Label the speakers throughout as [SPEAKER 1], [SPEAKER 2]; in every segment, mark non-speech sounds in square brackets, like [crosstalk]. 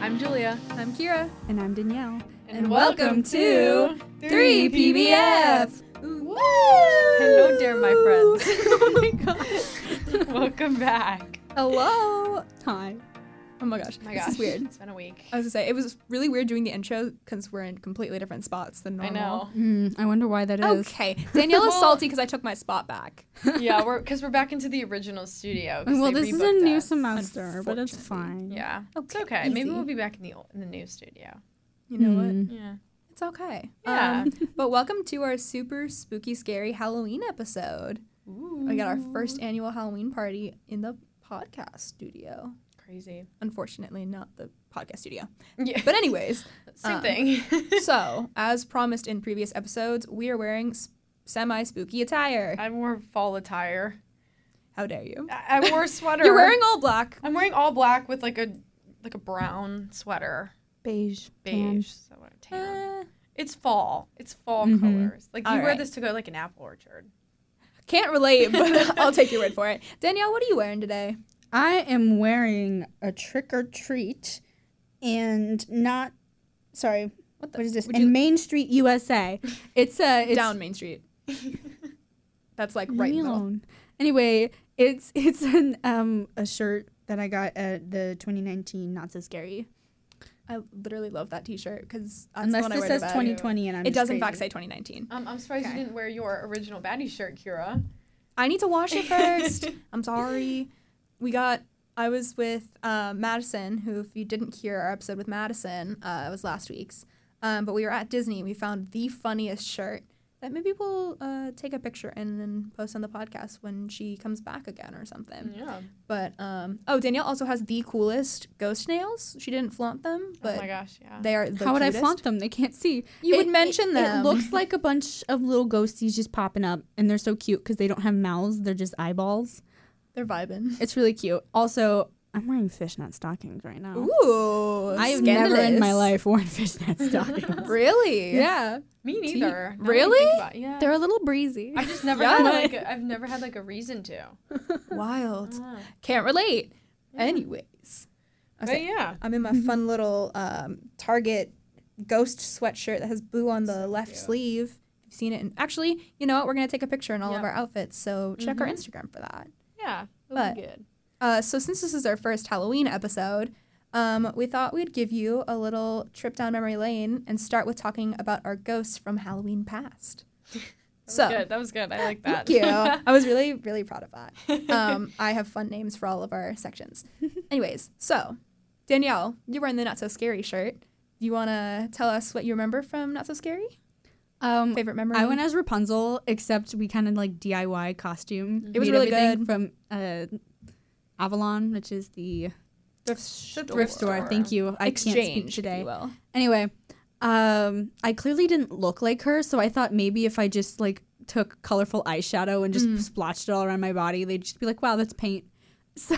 [SPEAKER 1] I'm Julia.
[SPEAKER 2] I'm Kira.
[SPEAKER 3] And I'm Danielle.
[SPEAKER 1] And,
[SPEAKER 2] welcome to 3PBF.
[SPEAKER 3] Woo!
[SPEAKER 1] Hello there, my friends.
[SPEAKER 2] [laughs] oh my gosh.
[SPEAKER 1] [laughs] welcome back.
[SPEAKER 2] Hello. Hi. Oh my gosh.
[SPEAKER 1] Oh my
[SPEAKER 2] this
[SPEAKER 1] gosh.
[SPEAKER 2] is weird.
[SPEAKER 1] It's been a week.
[SPEAKER 2] I was gonna say it was really weird doing the intro because we're in completely different spots than
[SPEAKER 1] I
[SPEAKER 2] normal.
[SPEAKER 1] know.
[SPEAKER 3] Hmm, I wonder why that is.
[SPEAKER 2] Okay. [laughs] Danielle is
[SPEAKER 1] Well-
[SPEAKER 2] salty because I took my spot back.
[SPEAKER 1] [laughs] yeah, we're because we're back into the original studio. 'cause
[SPEAKER 3] Well,
[SPEAKER 1] they
[SPEAKER 3] this is a
[SPEAKER 1] rebooked
[SPEAKER 3] new
[SPEAKER 1] us.
[SPEAKER 3] semester, but it's
[SPEAKER 2] unfortunately.
[SPEAKER 3] fine.
[SPEAKER 1] Yeah, it's
[SPEAKER 2] Okay,
[SPEAKER 1] okay. Maybe
[SPEAKER 2] easy.
[SPEAKER 1] we'll be back in the ol- in the new studio.
[SPEAKER 2] You know what?
[SPEAKER 3] Mm.
[SPEAKER 1] Yeah.
[SPEAKER 2] It's okay.
[SPEAKER 1] Yeah.
[SPEAKER 2] Um, but welcome to our super spooky, scary Halloween episode.
[SPEAKER 1] Ooh.
[SPEAKER 2] We got our
[SPEAKER 1] Mm.
[SPEAKER 2] first annual Halloween party in the podcast studio.
[SPEAKER 1] crazy.
[SPEAKER 2] Unfortunately, not the podcast studio.
[SPEAKER 1] Yeah.
[SPEAKER 2] But, anyways,
[SPEAKER 1] [laughs] Same
[SPEAKER 2] um,
[SPEAKER 1] thing.
[SPEAKER 2] so as promised in previous episodes, we are wearing semi spooky attire.
[SPEAKER 1] I wore fall attire.
[SPEAKER 2] How dare you?
[SPEAKER 1] I, I wore a sweater.
[SPEAKER 2] You're wearing all black.
[SPEAKER 1] I'm wearing all black with like a like a brown sweater,
[SPEAKER 3] Beige. tan.
[SPEAKER 1] beige. So I tan.
[SPEAKER 2] Eh,
[SPEAKER 1] It's fall. It's fall
[SPEAKER 3] Mhm.
[SPEAKER 1] colors. Like you
[SPEAKER 2] All
[SPEAKER 1] wear
[SPEAKER 2] right.
[SPEAKER 1] this to go like an apple orchard.
[SPEAKER 2] Can't relate, but [laughs] I'll take your word for it. Danielle, what are you wearing today?
[SPEAKER 3] I am wearing a trick or treat and not. Sorry,
[SPEAKER 2] What the?
[SPEAKER 3] what is this?
[SPEAKER 2] would
[SPEAKER 3] In
[SPEAKER 2] you-
[SPEAKER 3] Main Street, USA.
[SPEAKER 2] it's uh,
[SPEAKER 3] Down
[SPEAKER 2] it's down Main Street. [laughs] That's like
[SPEAKER 3] Leave
[SPEAKER 2] right
[SPEAKER 3] me
[SPEAKER 2] in the middle.
[SPEAKER 3] alone. Anyway, it's it's an um a shirt that I got at the 2019 Not So Scary.
[SPEAKER 2] I literally love that T-shirt because that's the
[SPEAKER 3] Unless
[SPEAKER 2] one
[SPEAKER 3] this
[SPEAKER 2] I wear
[SPEAKER 3] says
[SPEAKER 2] to bed.
[SPEAKER 3] 2020 and I'm
[SPEAKER 2] It
[SPEAKER 3] just
[SPEAKER 2] does in
[SPEAKER 3] crazy.
[SPEAKER 2] fact say 2019.
[SPEAKER 1] Um, I'm surprised
[SPEAKER 2] Okay.
[SPEAKER 1] you didn't wear your original baddie shirt, Kira.
[SPEAKER 2] I need to wash it
[SPEAKER 1] [laughs]
[SPEAKER 2] first. I'm sorry. We got. I was with um, Madison, who, if you didn't hear our episode with Madison, uh, it was last week's. Um, but we were at Disney. and We found the funniest shirt that maybe we'll uh, take a picture and then post on the podcast when she comes back again or something.
[SPEAKER 1] Mm, yeah.
[SPEAKER 2] But um, oh, Danielle also has the coolest ghost nails. She didn't flaunt them,
[SPEAKER 1] oh
[SPEAKER 2] but
[SPEAKER 1] my gosh. Yeah.
[SPEAKER 2] they are the
[SPEAKER 3] How would I
[SPEAKER 2] cutest.
[SPEAKER 3] flaunt them? They can't see.
[SPEAKER 2] You
[SPEAKER 3] It-
[SPEAKER 2] would mention
[SPEAKER 3] it,
[SPEAKER 2] them.
[SPEAKER 3] It looks like a bunch of little ghosties just popping up, and they're so cute because they don't have mouths; they're just eyeballs.
[SPEAKER 2] They're vibing.
[SPEAKER 3] It's really cute. Also, I'm wearing fishnet stockings right now.
[SPEAKER 1] Oh.
[SPEAKER 2] Ooh,
[SPEAKER 3] I have never in my
[SPEAKER 2] scandalous.
[SPEAKER 3] life worn [laughs] fishnet stockings.
[SPEAKER 2] [laughs] Really?
[SPEAKER 3] yeah,
[SPEAKER 1] Me
[SPEAKER 3] Tea-
[SPEAKER 1] neither. now that I
[SPEAKER 2] Really?
[SPEAKER 1] think about it, Yeah.
[SPEAKER 3] they're a little breezy.
[SPEAKER 1] I've just never
[SPEAKER 2] Yeah.
[SPEAKER 1] had like a, I've never had like a reason to.
[SPEAKER 2] Wild.
[SPEAKER 1] Uh,
[SPEAKER 2] Can't relate.
[SPEAKER 1] Yeah.
[SPEAKER 2] Anyways, I
[SPEAKER 1] but yeah.
[SPEAKER 2] am in my fun little um, Target ghost sweatshirt that has blue on the
[SPEAKER 1] So
[SPEAKER 2] left
[SPEAKER 1] cute.
[SPEAKER 2] sleeve. You've seen it. In- Actually, you know what? We're going to take a picture in all
[SPEAKER 1] Yep.
[SPEAKER 2] of our outfits. So check our
[SPEAKER 1] Mhm.
[SPEAKER 2] Instagram for that.
[SPEAKER 1] Yeah. it'll
[SPEAKER 2] But-
[SPEAKER 1] be good.
[SPEAKER 2] Uh, so, since this is our first Halloween episode, um, we thought we'd give you a little trip down memory lane and start with talking about our ghosts from Halloween past.
[SPEAKER 1] That
[SPEAKER 2] so,
[SPEAKER 1] was good. That was good. I like that.
[SPEAKER 2] Thank you. [laughs] I was really, really proud of that. Um, I have fun names for all of our [laughs] sections. Anyways, so Danielle, you were in the Not So Scary shirt. Do you want to tell us what you remember from Not So Scary?
[SPEAKER 3] Um,
[SPEAKER 2] Favorite memory?
[SPEAKER 3] I went as Rapunzel, except we kind of like DIY costume.
[SPEAKER 2] Mm-hmm. It was
[SPEAKER 3] Made
[SPEAKER 2] really
[SPEAKER 3] everything
[SPEAKER 2] good.
[SPEAKER 3] from uh, Avalon, which is the
[SPEAKER 2] thrift
[SPEAKER 3] thrift store. Thank you. I
[SPEAKER 2] Exchange
[SPEAKER 3] can't speak
[SPEAKER 2] if
[SPEAKER 3] today.
[SPEAKER 2] you will.
[SPEAKER 3] Anyway, um, I clearly didn't look like her, so I thought maybe if I just like took colorful eyeshadow and just
[SPEAKER 2] Mm.
[SPEAKER 3] splotched it all around my body, they'd just be like, "Wow, that's paint." [laughs] So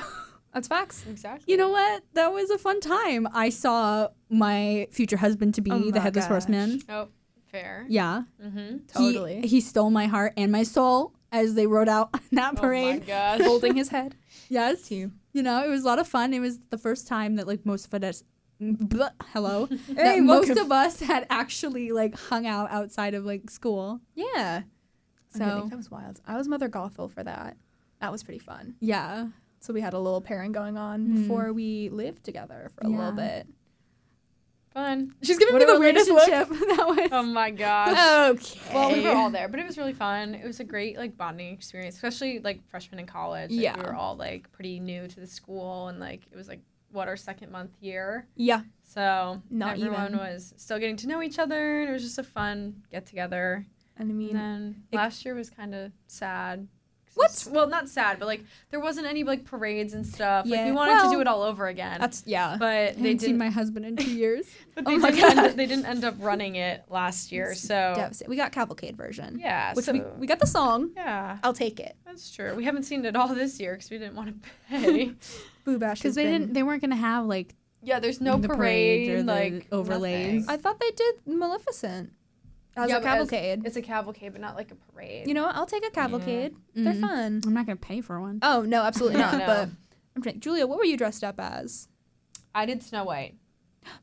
[SPEAKER 2] That's facts.
[SPEAKER 1] [laughs] Exactly.
[SPEAKER 3] you know what? That was a fun time. I saw my future husband to be
[SPEAKER 2] Oh
[SPEAKER 3] the
[SPEAKER 2] my
[SPEAKER 3] headless
[SPEAKER 2] gosh.
[SPEAKER 3] horseman.
[SPEAKER 1] Oh, fair.
[SPEAKER 3] Yeah,
[SPEAKER 1] Mm-hmm.
[SPEAKER 3] He-
[SPEAKER 2] Totally.
[SPEAKER 3] He, stole my heart and my soul as they rode out [laughs] on that
[SPEAKER 1] Oh my
[SPEAKER 3] parade.
[SPEAKER 1] gosh.
[SPEAKER 2] [laughs] Holding his head.
[SPEAKER 3] yes,
[SPEAKER 2] Team.
[SPEAKER 3] you know it was a lot of fun. It was the first time that like most of us, [laughs] bleh, hello,
[SPEAKER 2] Hey,
[SPEAKER 3] that most
[SPEAKER 2] welcome.
[SPEAKER 3] of us had actually like hung out outside of like school.
[SPEAKER 2] Yeah. So
[SPEAKER 3] So-
[SPEAKER 2] that was wild. I was Mother Gothel for that. That was pretty fun.
[SPEAKER 3] Yeah.
[SPEAKER 2] So we had a little pairing going on
[SPEAKER 3] Mm.
[SPEAKER 2] before we lived together for a little
[SPEAKER 3] Yeah.
[SPEAKER 2] bit.
[SPEAKER 1] Fun.
[SPEAKER 2] She's giving
[SPEAKER 3] What
[SPEAKER 2] me
[SPEAKER 3] a
[SPEAKER 2] the weirdest look.
[SPEAKER 3] relationship [laughs] that was.
[SPEAKER 1] Oh my gosh.
[SPEAKER 3] [laughs]
[SPEAKER 2] Okay.
[SPEAKER 1] Well, we were all there, but it was really fun. It was a great like bonding experience, especially like freshmen in college. Like,
[SPEAKER 2] Yeah.
[SPEAKER 1] we were all like pretty new to the school, and like it was like what our second month year,
[SPEAKER 2] Yeah.
[SPEAKER 1] so
[SPEAKER 2] Not
[SPEAKER 1] everyone
[SPEAKER 2] even.
[SPEAKER 1] was still getting to know each other, and it was just a fun get together.
[SPEAKER 2] And I mean,
[SPEAKER 1] And then
[SPEAKER 2] it-
[SPEAKER 1] last year was kind of sad. 'Cause it
[SPEAKER 2] What?
[SPEAKER 1] was- well, not sad, but like there wasn't any like parades and stuff. Like we
[SPEAKER 2] Yeah.
[SPEAKER 1] wanted to do
[SPEAKER 2] Well,
[SPEAKER 1] it all over again,
[SPEAKER 2] that's, yeah.
[SPEAKER 1] but
[SPEAKER 3] I
[SPEAKER 1] they
[SPEAKER 3] haven't seen
[SPEAKER 1] didn't.
[SPEAKER 3] my husband in two years.
[SPEAKER 2] [laughs]
[SPEAKER 1] but
[SPEAKER 2] oh
[SPEAKER 1] they,
[SPEAKER 2] my
[SPEAKER 1] didn't
[SPEAKER 2] God.
[SPEAKER 1] end, they didn't end up running it last year, so
[SPEAKER 2] Devastate. We got Cavalcade version.
[SPEAKER 1] yeah,
[SPEAKER 2] Which
[SPEAKER 1] so,
[SPEAKER 2] we, we got the song.
[SPEAKER 1] yeah.
[SPEAKER 2] I'll take it.
[SPEAKER 1] That's true. We haven't seen it all this year because we didn't want to pay.
[SPEAKER 2] Boo Bash.
[SPEAKER 3] Because they didn't. They weren't gonna have like.
[SPEAKER 1] [laughs] yeah, there's no
[SPEAKER 3] The
[SPEAKER 1] parade,
[SPEAKER 3] parade or the
[SPEAKER 1] like nothing.
[SPEAKER 3] overlays.
[SPEAKER 2] I thought they did Maleficent as
[SPEAKER 1] Yeah,
[SPEAKER 2] a
[SPEAKER 1] but as-
[SPEAKER 2] Cavalcade.
[SPEAKER 1] It's a cavalcade, but not like a parade.
[SPEAKER 2] you know what? I'll take a Cavalcade. They're
[SPEAKER 3] Mhm.
[SPEAKER 2] fun.
[SPEAKER 3] I'm not gonna pay for one.
[SPEAKER 2] Oh, Mm-hmm. no, absolutely
[SPEAKER 1] Yeah,
[SPEAKER 2] not.
[SPEAKER 1] no.
[SPEAKER 2] But I'm trying. Julia, what were you dressed up as?
[SPEAKER 1] I did Snow White.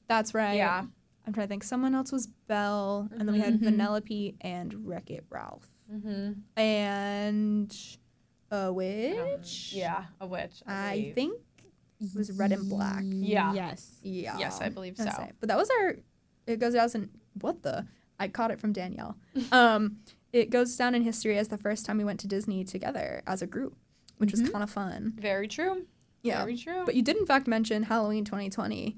[SPEAKER 2] That's right.
[SPEAKER 1] Yeah.
[SPEAKER 2] I'm trying to think. Someone else was Belle, and then we had
[SPEAKER 3] Mhm.
[SPEAKER 2] Vanellope and Wreck It Ralph.
[SPEAKER 1] Mm-hmm.
[SPEAKER 2] And a witch?
[SPEAKER 1] Yeah, a witch. I,
[SPEAKER 2] I
[SPEAKER 1] believe.
[SPEAKER 2] think it was red and black.
[SPEAKER 1] Yeah.
[SPEAKER 3] Yes.
[SPEAKER 2] Yeah.
[SPEAKER 1] Yes, I believe so.
[SPEAKER 2] That's it. But that was our. It goes down. in what the? I caught it from Danielle.
[SPEAKER 1] [laughs]
[SPEAKER 2] Um, it goes down in history as the first time we went to Disney together as a group, which was
[SPEAKER 1] Mm-hmm.
[SPEAKER 3] Mhm.
[SPEAKER 2] kind of fun.
[SPEAKER 1] Very true.
[SPEAKER 2] Yeah.
[SPEAKER 1] Very true.
[SPEAKER 2] But you did in fact mention Halloween 2020,